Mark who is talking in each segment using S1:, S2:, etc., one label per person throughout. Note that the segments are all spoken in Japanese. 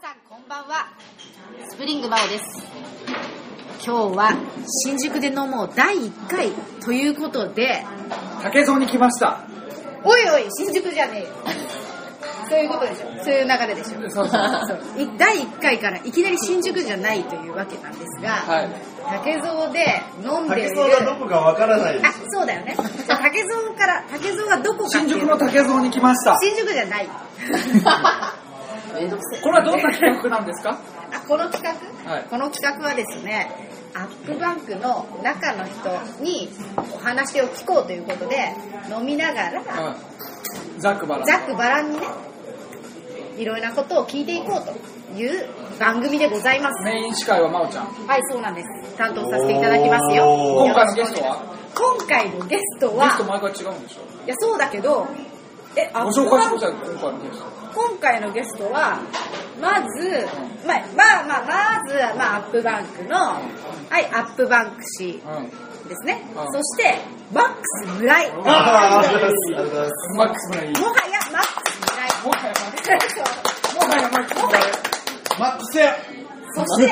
S1: さんこんばんはスプリングバオです今日は新宿で飲もう第1回ということで
S2: 竹蔵に来ました。
S1: おいおい新宿じゃねえよ そういうことでしょそういう流れでしょ
S2: そうそう。
S1: い第1回からいきなり新宿じゃないというわけなんですが、
S2: はい。
S1: 竹蔵で飲んでい
S3: 竹
S1: る
S3: 蔵がどこかわからないで
S1: あ
S3: す。
S1: そうだよねじゃあ竹蔵から竹蔵がどこかっ
S2: 新
S1: てい
S2: 宿
S1: う
S2: の竹蔵に来ました。
S1: 新宿じゃない
S2: これはどんな企画なんですか
S1: あこの企画、
S2: はい
S1: この企画はですねアップバンクの中の人にお話を聞こうということで飲みながら
S2: うん。ザックバラ。
S1: ざっくばらんにねいろいろなことを聞いていこうという番組でございます
S2: メイン司会は真央ちゃん。
S1: はいそうなんです担当させていただきますよ
S3: おー
S2: 今回のゲス
S1: 今回のゲスト
S2: トはゲスト
S1: は
S2: 毎回違うんでしょ
S1: いやそうだけどえア
S2: ご
S1: ップ
S2: 紹介し
S1: バ
S2: て
S1: ン
S2: ください、今回のゲスト。
S1: 今回のゲストはまず、まあ、まあまあまずは、まあ、アップバンクのはいアップバンク氏
S2: う
S1: ですね、
S2: うん
S1: そしてマックス村井もは
S3: あありがとうございます。
S2: ん。マックス村井。
S1: や
S2: も
S1: マックス村井
S2: はやマックス、もはやマックス村井。
S3: マックスや
S1: そうそして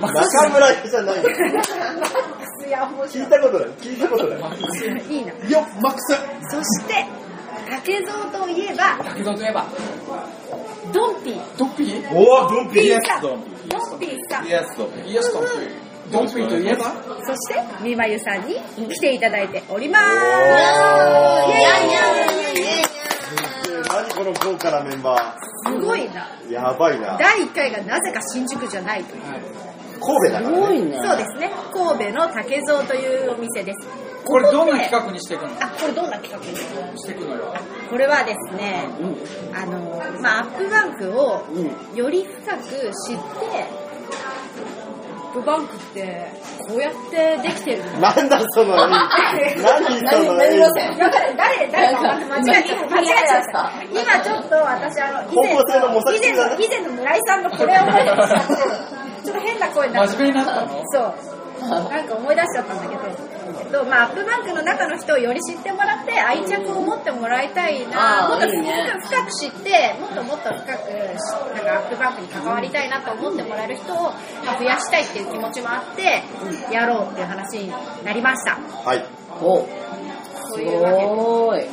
S2: マックス
S3: 中村屋じゃない。
S1: マックスや面
S3: 聞
S1: 白
S3: いたことない。聞いたことない。
S1: いいいな
S3: よっ、マックス
S1: そして竹蔵といえば
S2: 竹蔵といえば、
S1: ドンピー
S2: ドッピー
S3: おお、ドンピ
S1: ピ
S3: ー
S1: ーさんドンピーさん
S3: イエスドンピ
S2: イエスドンピー。ドッピーといえば
S1: そしてみまゆさんに来ていただいておりますイエイイエイイエイイエイ
S3: 何この豪華なメンバ
S1: すごいな
S3: ー。やばいな。
S1: 第1回がなぜか新宿じゃないという
S2: はい
S3: 神戸だからね。
S1: そうですね神戸の竹蔵というお店です
S2: これどん
S1: こ
S2: な
S1: こ
S2: 企画にしていくの
S1: であこれどんな企画ですか
S2: していくのよ。
S1: これはですね、あのまあ、アップバンクをより深く知って、アップバンクってこうやってできてるの
S3: なんだその演技。 何そ の演技。
S1: だから誰誰か間違えちゃった間違えちゃった今ちょっと私あの以前
S3: 高校生の模索
S1: 以前の以前の村井さんのこれを思い出し ちゃってちょっと変な声になっちゃった
S2: 真面目になったの
S1: そう。なんか思い出しちゃったんだけど、えっとまあ、アップバンクの中の人をより知ってもらって愛着を持ってもらいたいな
S4: あー
S1: もっと
S4: いいね
S1: 深く知ってもっともっと深くなんかアップバンクに関わりたいなと思ってもらえる人をまあ増やしたいっていう気持ちもあってやろうっていう話になりました
S3: はい。
S4: お、
S1: そ
S4: す
S1: ういうわけで
S4: ごーい。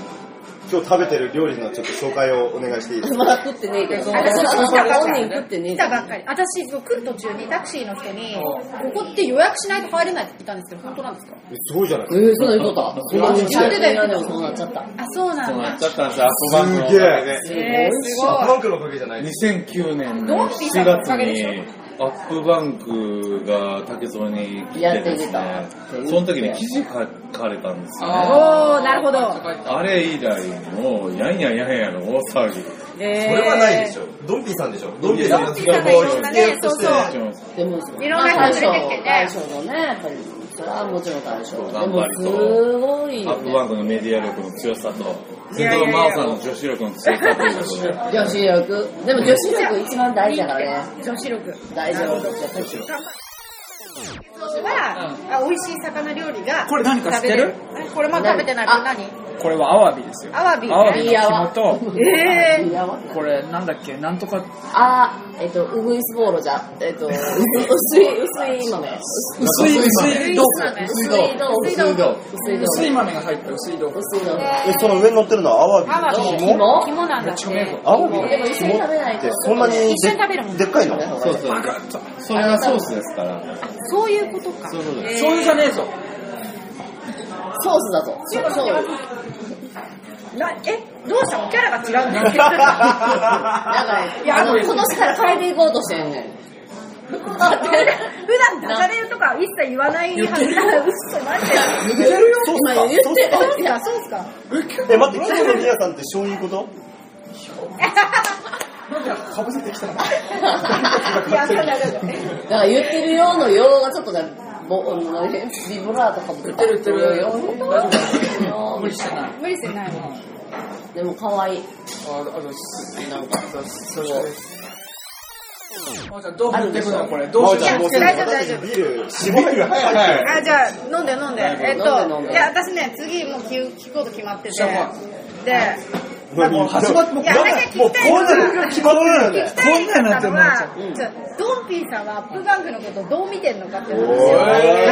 S3: 今日食べてる料理のちょっと紹介をお願いしていいですか
S4: まだ食ってねえけど。
S1: 私
S4: 私
S1: 来たばっか
S4: 本
S1: り
S4: 人食ってねえ
S1: 来
S4: け
S1: た
S4: ど。
S1: ばっかり私そう来る途中にタクシーの人にここって予約しないと入れないって言ったんですけど本当なんですか
S3: すごいじゃない
S4: えー、そんなに取ったそんなに
S1: やってたよ
S4: いやでもそうなっちゃった。
S1: あそうなんだ
S5: ちゃったんですよ、アップバンクのお
S3: すげ
S5: かげで。
S1: えー、すごい
S3: バンクのおかげじゃないです。
S5: 2009年
S1: ドン
S5: の
S1: ピシャ
S5: 7
S1: のお
S5: 月
S1: かげでしょ
S5: に、アップバンクが竹蔵に来てです
S4: やっ
S5: ね
S4: てた、
S5: その時に記事書かれたんですよね。
S1: おーなるほど
S5: あれ以来の、やんやんやんやの大騒ぎ。
S1: それ
S3: それはないでしょ。ドンピーさんでしょ。ドンピーさん
S1: ドンピーさんがいろんなね、そうそう。
S4: でも、
S1: いろんな人連れてきてね
S4: まあ大将大将のね、やっぱり、それはもちろん大将。で
S5: 頑
S4: も
S5: 張、り
S4: す
S5: と
S4: ごい
S5: ア
S4: よ
S5: ップバ
S4: ね。
S5: ンクのメディア力の強さと、
S1: いやいやいや
S5: 先ほど真央さんの女子力の強さということで、
S4: 女子力。でも女子力一番大事だからね。
S1: 女子力。
S4: 大丈夫。女子力。
S1: は、あ美味しい魚料理が
S2: これ何か知ってる
S1: 食べれえこれまだ食べてない
S4: あ
S1: 何
S2: これはアワビですよ。
S1: アワビ
S2: アワビの肝と、
S1: えー、
S4: やばい
S2: これなんだっけ、なんとか、
S4: あー、えっと、ウグイスボーロじゃ、えっと、薄薄い、薄い豆。
S2: 薄い、薄い豆腐。
S4: 薄
S1: 薄い豆
S4: い豆腐。薄い豆
S2: 薄い豆が入った薄い豆腐。
S4: 薄い豆腐。
S3: え、その上に乗ってるのはアワビ。
S1: アワビ
S4: 肝
S1: 肝なんだって
S3: アワビの
S4: でも一緒に食べな
S3: 肝っ
S4: いと
S3: てそんなにで
S1: 一緒に食べるもん
S3: でっかいの
S5: そうそう。それがソースですから。
S1: そういうことか
S5: そういうこと
S1: えー
S2: 醤油じゃねえぞ。
S4: ソースだと。
S1: ちょっと待ってなえどうしたのキャラが違うんだよ
S4: だから、いや、あの、今年から変えていこうとしてんねん。
S1: 普段ダジャレとか一切言わないはずなの嘘マジで
S4: 言ってるよ今言って た。
S1: そうっすかそうっすか
S3: え、待って、今日の皆さんって醤油こと
S2: かぶせてきたの。
S1: いやそうだそうだ
S4: だから言ってるよのよがちょっとね、ぼ、あのねビブラーとかも言ってるってるよ。
S2: 無理してない。
S1: 無理してないもん
S4: でも可愛い。
S2: あ、あと、
S4: なんか、
S2: すごい。まおちゃん、どう振ってくのこれ。ど
S3: ま
S2: う
S3: お
S2: し
S3: ち
S2: よ
S3: ゃ
S2: うん
S3: もうすでに私たちビール、絞りが早い。
S1: あじゃあ飲んで飲んでえっ
S4: 飲んで飲ん
S1: と
S4: で
S1: いや私ね次もう聞く聞こうと決まってて
S2: じゃあ
S1: で
S2: なんかもう始まって、もう
S6: いや
S2: こん
S6: なん
S2: な
S6: か聞きたい
S2: もうこんなのが決まってるよ
S6: 聞
S2: ね
S6: き。
S2: こ
S6: たい
S2: んなにな
S6: かっ
S2: ったて
S6: の
S2: もらっちゃ
S6: は、ちょドンピーさんはアップバンクのことをどう見てんのかって話を。
S7: おー
S6: や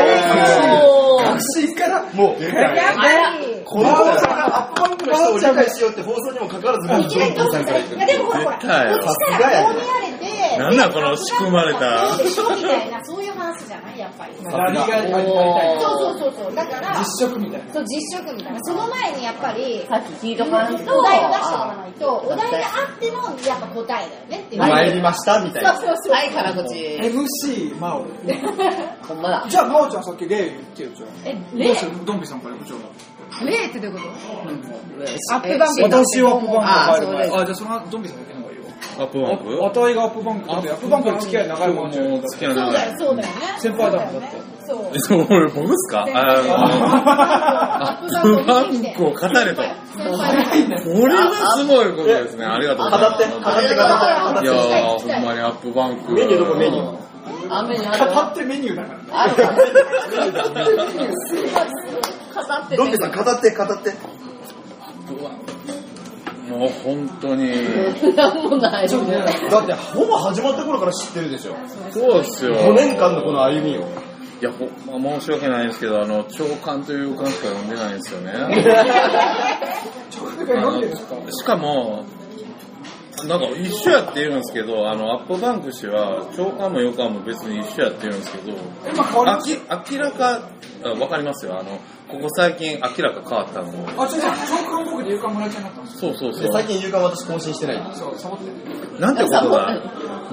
S6: っ
S4: おー
S2: う。しいから、
S7: もう、
S6: ぱり、
S2: この子
S3: さんがアップバンクの人を理解しようって放送にもかかわら
S6: い
S3: ず、
S6: きなりドンピーさん。いやでもほらほら、こっち
S5: 絶対
S6: からこう見られて、
S5: なんだこの仕組まれた
S6: どうでしょうみたいな、そういう話じゃないやっぱり。
S2: 何がやりたい
S6: そうそうそうそう。だから、
S2: 実食みたいな。
S6: そう実食みたいな。その前にやっぱり、
S4: さっき聞いとかないと
S6: お題を出しておかないと、お題があってのやっぱ答えだよねっていう。
S7: 参りましたみたいな。
S6: そうそうそう。
S4: はい、辛口。
S2: MC、真央。
S4: ほんまだ。
S2: じゃあ、真央ちゃんさっき例言ってよ、じゃあ。
S6: え、
S2: ど
S6: 例
S2: うするドンビさんから部長が。
S6: 例ってどういうこと
S4: ア
S6: アップバンク
S4: え
S2: 私はアップバンク
S4: あそう
S2: が
S4: で
S2: あ
S4: す
S2: るあ、じゃあそのドンビさんだけの方がいいわ。
S5: アップバンク
S2: あたいがアップバンクだってアップバンクの付き合い長いもんじゃ
S5: も
S2: ん
S5: う。付き合い
S6: そう
S5: 長
S6: だ
S5: い
S6: よ、。そうだよね。
S2: 先輩だもんだって
S6: そうよね。
S5: そう、俺僕っすかあ
S6: ア
S5: の、アップバンクを語れ
S6: そ
S5: と。
S6: う。先輩だ
S5: これはすごいことですね。ありがとうござい
S3: 語っ
S5: ます。
S3: て語
S6: って
S5: いやー、ほんまにアップバンク。メニューどこメニュー
S4: 雨にある。
S2: 語ってメニューだからね。
S4: ある。語って
S3: ドンペさん、語って、語って。
S5: もう本当に。
S4: なんもない。ちょっと
S7: だって、ほぼ始まった頃から知ってるでしょ。
S5: そうっすよ。
S7: 5年間のこの歩みを。
S5: いや、ほんま申し訳ないですけど、あの、長官という官しか読んでないんですよね。
S2: それが読んでるんですか
S5: あのしかも、なんか一緒やって言うんですけど、あの、アップバンク氏は、長官も洋官も別に一緒やって言うんですけど、
S2: 今変わり
S5: あ
S2: まし
S5: き明らか、あわかりますよ。あの、ここ最近明らか変わったの。
S2: た。あ、ちょっと、長官僕で勇敢村ちゃんになったんです
S5: そうそうそ
S7: で
S5: う。
S7: 最近、夕刊私更新してない。
S2: よ。そう、サボって。
S5: なんてことだ。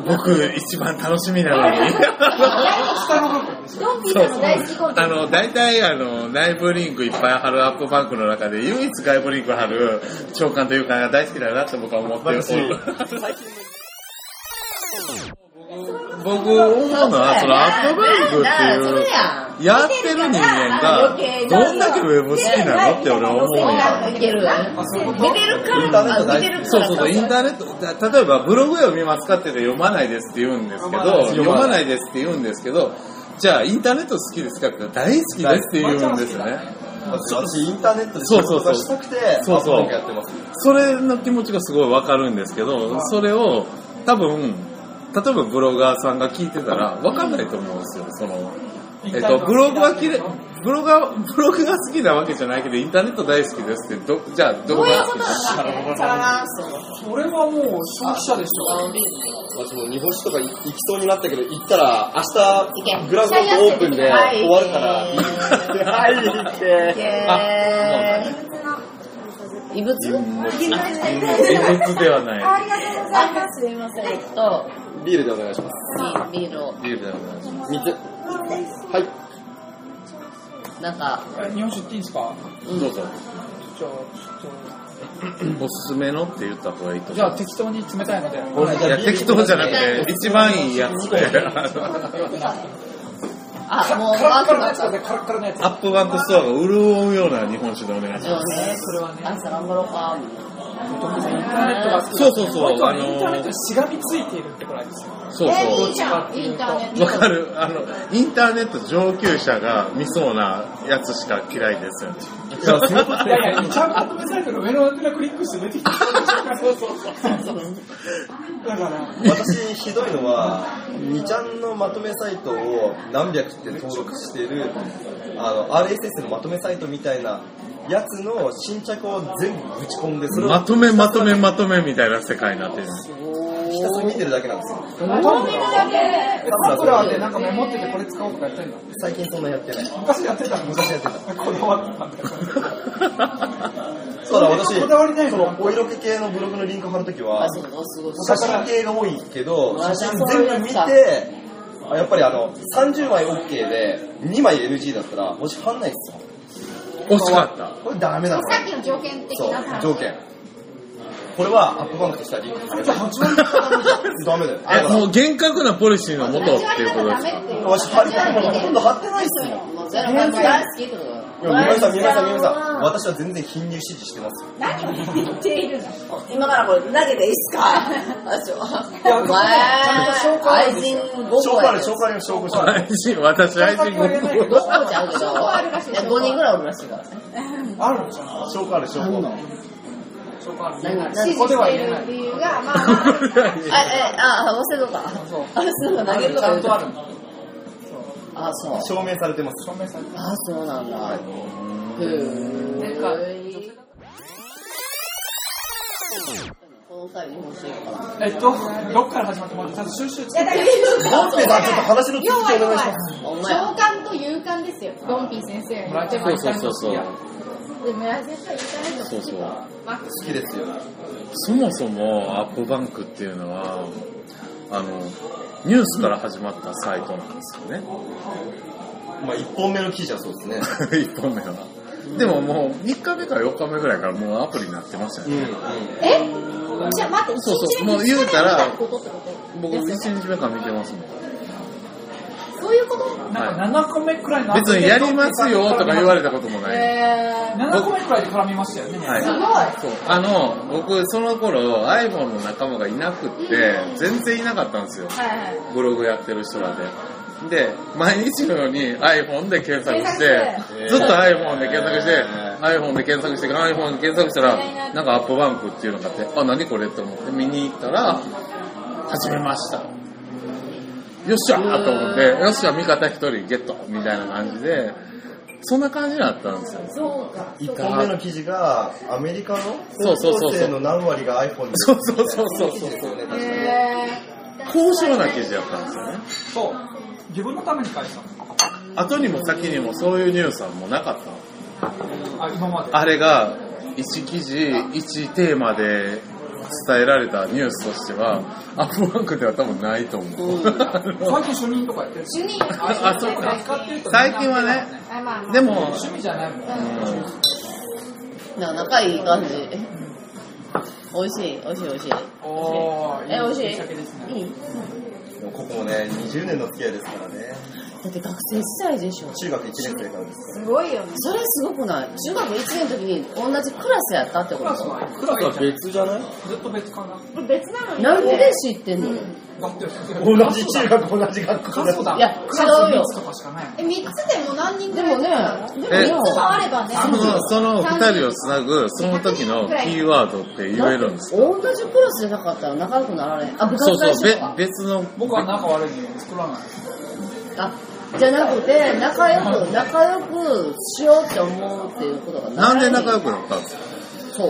S5: 僕、一番楽しみなの に。
S2: 下の部分です。
S6: ドンピー
S5: そ
S6: さ
S5: う
S6: ん
S5: そ
S6: の
S5: う
S6: 大好きコン。ト。
S5: あの、大体、あの、内部リンクいっぱい貼るアップバンクの中で、唯一外部リンク貼る長官というかが大好きだなって僕は思ってる。僕、思うのは、そのアップバンクっていう、やってる人間が、どんだけウェブ好きなのって俺は思うんや。
S4: いけるわ。見てるから、見てるから。
S5: そうそうそう、インターネット、だ例えばブログ読みますかって言うと読まないですって言うんですけど、読まないですって言うんですけど、じゃあインターネット好きですかって言ったら大好きですって言うんですよね。
S3: 私、私インターネットで仕事がしたくて、
S5: そうそう
S3: アップバンクやってます。
S5: それの気持ちがすごいわかるんですけど、それを多分、例えばブロガーさんが聞いてたらわかんないと思うんですよ。その、えっと、ブログはきれブロガー、ブログが好きなわけじゃないけど、インターネット大好きですって、ど、じゃあどこが好きですか
S2: それはもう、消費者でしょ。
S3: 私もう日本酒とか行きそうになったけど、行ったら、明日、グランドオープンで
S4: はい
S3: 終わるから。はい、行って。
S5: あ、もう
S4: 異物
S5: 異物ではない。
S4: あ、すいません。えっと、
S3: ビールでお願いします。
S4: ビールを、
S5: ビールではない。
S3: 水。はい。
S4: なんか、
S2: え日本酒っていいんですか
S5: どうぞ。
S2: じゃあ、ちょっ
S5: おすすめのって言った方がいいと
S2: と。じ
S5: 思
S2: ゃあ、適当に冷たいので。
S5: う。いや、適当じゃなくて、一番いいやつで、あの
S4: あ、もう、
S2: カラ
S4: あ、
S2: ッカ
S4: そう
S2: ラの
S4: だ
S2: や
S4: っ
S2: つ
S4: た。
S2: だね、カラッカラのやつ。
S5: アップバンクストアが潤うような日本酒でお願いします。
S4: そうね、それはね。朝頑張ろうか。
S2: インターネットが好き。
S5: そうそうそう、あ
S2: あのインターネット
S5: の
S2: に、しがみついているってくらいですよ。
S5: そう
S6: えい
S5: そ
S6: いじゃん、インターネッ
S5: う。
S6: ト。
S5: わかるあの、インターネット上級者が見そうなやつしか嫌いですよね。
S2: いやいや、ちゃんとアドベサイトの上のアンテナクリックして出てきた。そうそう そう。だから、
S3: 私、ひどいのは、2ちゃんのまとめサイトを何百って登録してる、あの、RSS のまとめサイトみたいなやつの新着を全部ぶち込んで、それを
S5: まとめまとめまとめみたいな世界になってる。
S3: ひたすら見てるだけなんですよ。
S2: サクラでなんかメモっててこれ使おうとかやってんの
S3: 最近そんなやってない。
S2: 昔やってたの
S3: 昔やってた。
S2: こだわったんだよ。
S3: そうだ、私、
S2: こだわりない
S3: そのお色気系のブログのリンク貼るときは
S4: あ、、そうだ、すごい。
S3: 写真系が多いけど、
S4: あ
S3: 写真全部見て、あやっぱりあの、30枚 OK で、2枚 NG だったら、星貼んないっすよ。
S5: 惜しかった。
S3: これダメだな。
S6: さっきの条件的
S3: そう
S6: な、話。
S3: 条件。これはアップバンクとしてはリンク貼れない。ダメだよ。
S5: あもう厳格なポリシーのもとっていうことですか。
S3: わし貼りたいものほとんど貼ってないっすもん。
S4: もうゼロから大好きってことだよ。
S3: いや、皆さん、皆さん、皆さん、私は全然貧乳支持してますよ。
S6: 何を言っているの
S4: 今からこれ投げていいっすかあ、そう。お前、愛人5
S3: 証
S4: 個
S3: 拠あ
S4: や
S3: る、
S4: で。
S3: 証拠あります、証拠あり
S5: 愛人、私愛人
S4: 5
S5: ご
S4: 個ちゃうけど、5人ぐらいおるらしいからね。
S2: あるんじゃん。
S3: ます。証拠ある、証拠。
S2: 紹介ある。
S4: なんか
S2: こ
S6: 支持
S2: こで
S6: し
S2: は
S6: て
S2: 言えない
S6: る。理由が、まあまあ、
S4: え、え、あ、合わせとか。
S2: そう
S4: あれ、そうなんか投げると
S2: ち
S4: か
S2: ゃ
S4: 言
S2: ん
S4: う
S2: とあ
S4: と。
S2: るの。
S4: あ、そう。
S3: 証明されてます。
S2: 証明されてる
S4: あ、そうなんだ。へ
S2: なんか
S4: ー。この際、日本酒かな。
S2: えっと、どっから始まってもらって、ちゃんと収集つ
S6: いや
S2: け
S6: だ
S2: て。
S6: から
S3: ドンペさん、ちょっと話の続き
S6: 要は
S3: お
S6: 要
S3: 願いし
S6: は
S3: ます。
S4: お前
S6: 長官と勇敢ですよドンピー先生
S2: も
S6: が
S2: らって
S6: 言っ
S2: も
S5: そ
S2: ら
S5: うそうそうそう。
S6: てで村井先生は勇敢ですよ
S5: そうそう。
S6: マック
S3: 好きですよ。
S5: そもそもアップバンクっていうのは、あの、ニュースから始まったサイトなんですよね。
S3: まあ、一本目の記事はそうですね。
S5: 1本目は。でももう3日目から4日目ぐらいからもうアプリになってましたよ
S3: うん、
S5: ね。
S3: うん。
S6: えじゃあ待って
S5: そうそう
S6: 一日目
S5: もう言うた
S6: 二日目みた
S5: ら
S6: いなことってこと
S5: 僕1日目から見てますもん。
S6: そういうこと
S2: なんか7個目くらいの
S5: 別にやりますよとか言われたこともない。
S6: えー
S2: 7個目くらいで絡みましたよね。
S5: はい
S6: すご
S5: そうあの、僕その頃 iPhone の仲間がいなくって、全然いなかったんですよ。
S6: いはいはい
S5: ブログやってる人らで。で、毎日のように iPhone で検索して、
S6: 検
S3: 索
S5: ずっと iPhone で検索して、
S3: え
S5: iPhone で検索して、iPhone で検索した
S6: 意外
S5: ら、
S6: な
S5: なんかアップバンクっていうのがあって、あ、何これって思って見に行ったら、始めました。よっしゃーと思って、よっしゃ、味方一人ゲットみたいな感じで、そんな感じだったんですよ。
S6: そうか
S3: 一本目の記事が、アメリカの
S5: そうそうそうそう
S3: 高校生の何割が iPhone に。
S5: そうそうそうそう
S3: 記事ですよね。
S6: え
S5: 高尚な記事やったんですよね。
S2: そう。自分のために書いてたの
S5: 後にも先にもそういうニュースはもうなかったの
S2: あ、今まで。
S5: あれが1記事、1テーマで伝えられたニュースとしては、アップバンクでは多分ないと思う。
S2: 最近主任とかやってる
S6: 主任
S5: あそうか 最近はね、
S6: あまあまあ
S5: でも、
S2: 趣味じゃないもん。
S4: なんか仲いい感じ。美味しい、美味しい、美味しい。
S2: おー、
S4: え、美味しい。
S2: きっかけですね。
S4: いい。
S3: でもここもね、20年の付き合いですからね。
S4: だって学生時代でしょ。
S3: 中学1年生からです
S6: すごいよね
S4: それすごくない中学1年の時に同じクラスやったってこ
S2: クラス
S4: と
S2: は、クラスは
S3: から。別じゃない
S2: ずっと別かな。
S6: これ別なのに
S4: なんで知ってんの、
S2: だって、
S3: 同じ中学、同じ学校
S2: カスコだ。
S4: いや
S2: クラス
S4: 違うよ
S2: 3つとかしかない。
S6: え3つでも何人
S4: で
S6: ぐら
S4: も
S6: い
S4: ね、
S5: え
S4: でも
S6: 変わればね
S5: その、その2人をつなぐ、その時のキーワードって言えるんですか
S4: 同じクラスじゃなかったら仲良くなられん。あ、部
S5: そう
S4: 活
S5: そ
S4: 最
S5: う、
S4: 初
S5: べ
S4: か。
S5: 別の、
S2: 僕は仲悪いんで作らない。
S4: あ、じゃなくて、仲良く、仲良くしようって思うっていうことが
S5: なんで仲良
S4: く
S5: くなったんですか
S4: そ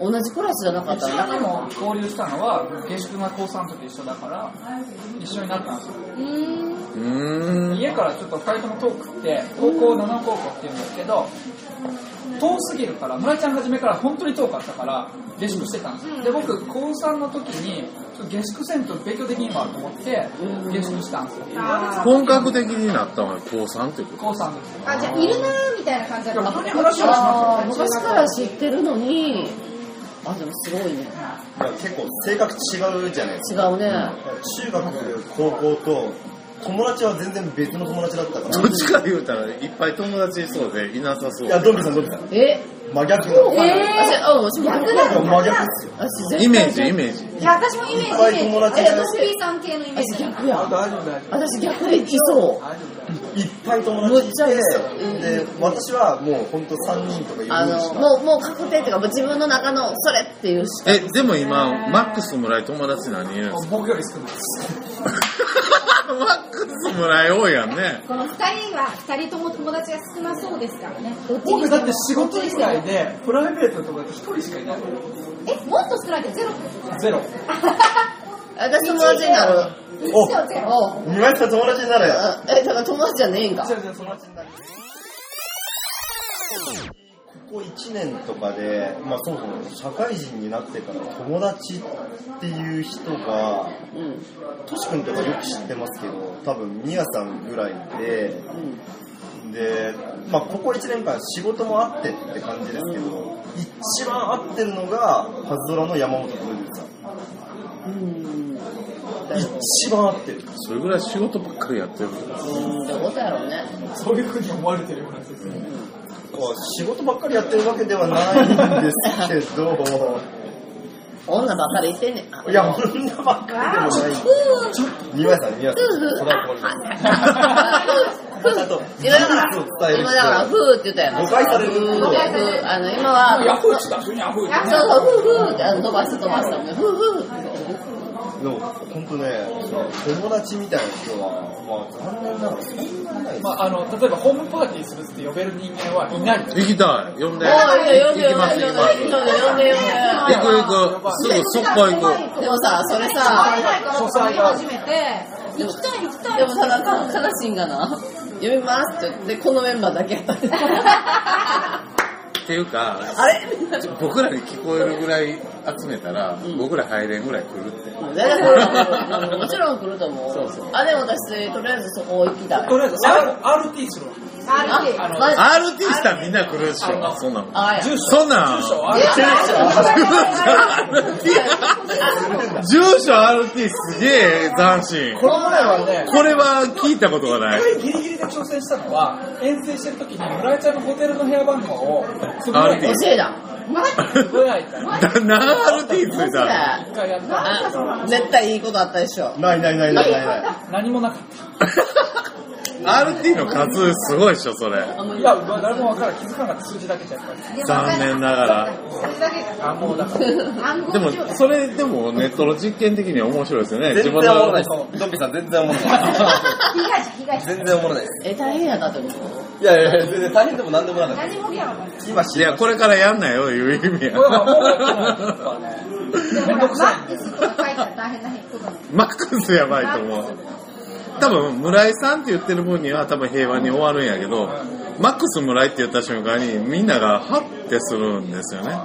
S4: う。同じクラスじゃなか
S2: う
S4: っ
S2: ち
S4: たら
S2: に
S4: 仲良
S2: も交流したのは、下宿が高3の時一緒だから、一緒になったんですよ。
S6: うーん
S5: うーん。
S2: 家からちょっと2人とも遠くって高校7高校っていうんですけど遠すぎるから村井ちゃん初めから本当に遠かったから下宿してたんですよで僕高3の時にちょっと下宿せんと勉強できんわと思って下宿したんですよ
S6: あー
S5: 本格的になったのは高3っていうこと
S2: 高3の時
S6: あじゃあいるなーみたいな感じだった
S2: いや話
S4: く。ああ、
S2: もう
S4: 昔から知ってるのに、あ、でもすごいね。
S3: いや結構性格違うじゃないです
S4: 違うね。
S3: か中学高校と友達は全然別の友達だったか
S5: どっ
S3: ら
S5: ちか言うたらいっぱい友達いそうでいなさそう
S3: いやドンキさんドンキさん
S4: え、
S3: 真逆なの
S4: え私、あ、私も逆だ
S6: 逆
S4: よ。
S3: 真逆ですよ
S4: 私絶対
S5: イメージイメージ
S6: いや私もイメージ
S3: いっぱい友達
S6: イ
S3: い
S6: メージ
S3: る
S6: えドンピーさん系のイメージ
S4: 私逆や。
S2: 大丈夫大丈
S4: 私逆でいきそう。
S2: 大丈夫
S3: いっぱい友達い
S4: むっちゃいる
S3: てで私はもう本当3人とか4
S4: あ
S3: 人し
S4: の、
S3: か
S4: もう、もう確定っていうか、もう自分の中の、それっていうしか。
S5: え、でも今、マックス村井友達何人いるんですか
S2: 僕より少ない
S5: マックス村井多いやんね。
S6: この2人は2人とも友達が少なそうですからね
S2: 僕だって仕事以外でプライベートとかで1人しかいない
S6: えもっと少ないけどゼロってこと
S2: ゼロ
S4: 私友達になる。
S6: 一
S3: お
S6: 応ゼ ロ
S4: おう
S3: 2枚した友達になれ
S4: あえ、だから友達じゃねえんか。
S2: じゃあじゃあ友達になる
S3: ここ1年とかで、まあ、そもそも社会人になってから友達っていう人が
S4: うん。
S3: トシ君とかよく知ってますけど多分ミヤさんぐらいで
S4: うん。
S3: で、まあ、ここ1年間仕事もあってって感じですけど、一番合ってるのがパズドラの山本プロデューサ
S4: うん。
S3: ー一番合ってる
S5: それぐらい仕事ばっかりやってる。
S4: うんってことやろうね。
S2: そういうふうに思われてるようなですね
S3: 仕事ばっかりやってるわけではないんですけど
S4: 女ばっかり言ってんねん。あ
S3: いや女ばっかりでもない
S6: ふう
S3: 二枚さん二枚さんそれは困ります
S4: ふー今だから、
S3: そう伝える
S4: 今だから、ふーって言ったやん。
S3: 誤解される
S4: ふー、ふーあの、今は、
S2: ヤフーチだ、ヤフー
S4: そうそう、ふーふーって、あの、飛ばして飛ばしたもんね。ふーふーって。
S3: でも、本当ね、友達みたいな人は、まあ、残念ながらそんなにないです
S2: まあ、あの例えばホームパーティーするって呼べる人間はいない
S5: 行きたい。呼んで。
S4: おい、呼んで呼ん
S5: 行きます、
S4: で
S5: 行き
S4: 呼ん
S5: ま
S4: で呼んで呼んで
S5: す。行く行く。すぐ速攻行く。
S4: でもさ、それさ、
S6: 海外から帰り始めて、行きたい行きたい。
S4: でもさ、なんか、悲しいんかな。読みますって言って、このメンバーだけやった。
S5: っていうか、
S4: あれみんな。
S5: 僕らに聞こえるぐらい集めたら、僕ら入れんぐらい来るって。
S4: もう全然来ると思うもちろん来ると思う。
S5: そうそう
S4: あ、でも私、とりあえずそこ行きたい。
S2: とりあえず最後 RT するわ
S6: あるし
S4: あ、
S2: の
S4: マジ
S5: RT したらみんな来るでし
S2: あ
S5: ょ、そんなの。
S4: あ、や。
S2: 住所
S5: そんな
S2: 住
S5: ん、
S2: 所
S5: 住所
S2: RT
S5: 住所 RT すげえ斬新。
S2: この前はね
S5: これは聞いたことがない。
S2: ギリギリで挑戦したのは遠征してる時に村井ちゃんのホテルの部屋番号をつぶやい
S5: RT
S2: て
S4: 教えだ。
S2: つぶやいた
S5: な何 RT ついたの
S2: 一
S4: マジで
S2: 回やった
S4: あ絶対いいことあったでしょ。
S3: ないないないないないな
S2: 何もなかっ
S5: RT の数すごいでしょ、それ。
S4: あんま
S2: た
S4: り
S2: いや誰も分からん気づかなかった数字だけじゃやっぱり
S5: 残念ながら。
S2: あもうだから
S5: でも、それでもネットの実験的には面白いですよね。
S3: い。
S5: 自
S3: 全然
S5: 分
S3: おもろな
S5: の
S3: いです。ドンピさん全然お もろないです。
S6: 被害者被害者。
S3: 全然おもろないです。
S4: え、大変やったってこと
S3: いやいやいや、全然大変でも何でもなかったで
S6: 何も起きなかったんです
S3: す。今知
S5: い
S3: りま
S5: や、
S3: した
S5: これからやんなよ、いう意味や
S2: こ。れはもう やっぱねめんどくさ
S6: マ
S2: い
S6: ックスとか書いたら大変なことなの。
S5: マックスやばいと思う。多分、村井さんって言ってる分には多分平和に終わるんやけど、マックス村井って言った瞬間にみんながハッてするんですよね。
S3: な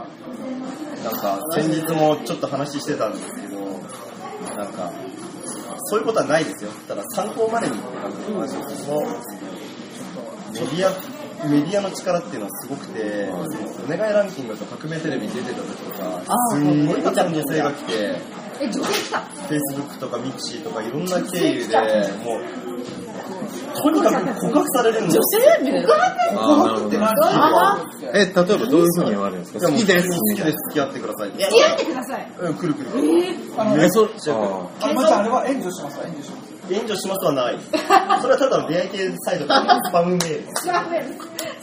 S3: んか先日もちょっと話してたんですけど、なんか、そういうことはないですよ。ただ参考までにって感じの話をしてメディア、メディアの力っていうのはすごくて、お願いランキングと革命テレビに出てた時とか、
S4: あ
S3: すんごいたくさんの女性が来て、
S6: え、女性来た。
S3: Facebook とか Mixi とかいろんな経由で、もう、とにかく告白されるんですよ。
S4: 性みたいな。
S5: あーなる
S3: 告白
S5: ほ
S3: って
S5: ど
S3: 何
S4: あ
S5: え、例えばどういうふうに言われるんですか好きです。
S3: 好きです。付き合ってください。
S6: 付き合ってください。
S3: うん、来る来る。
S2: あの
S5: え、そ、あ
S2: あまちゃんあれは援助しますか援助します
S3: 援助しますはない。それはただの出会い系サイトからのスパムメール。
S6: スパムメール。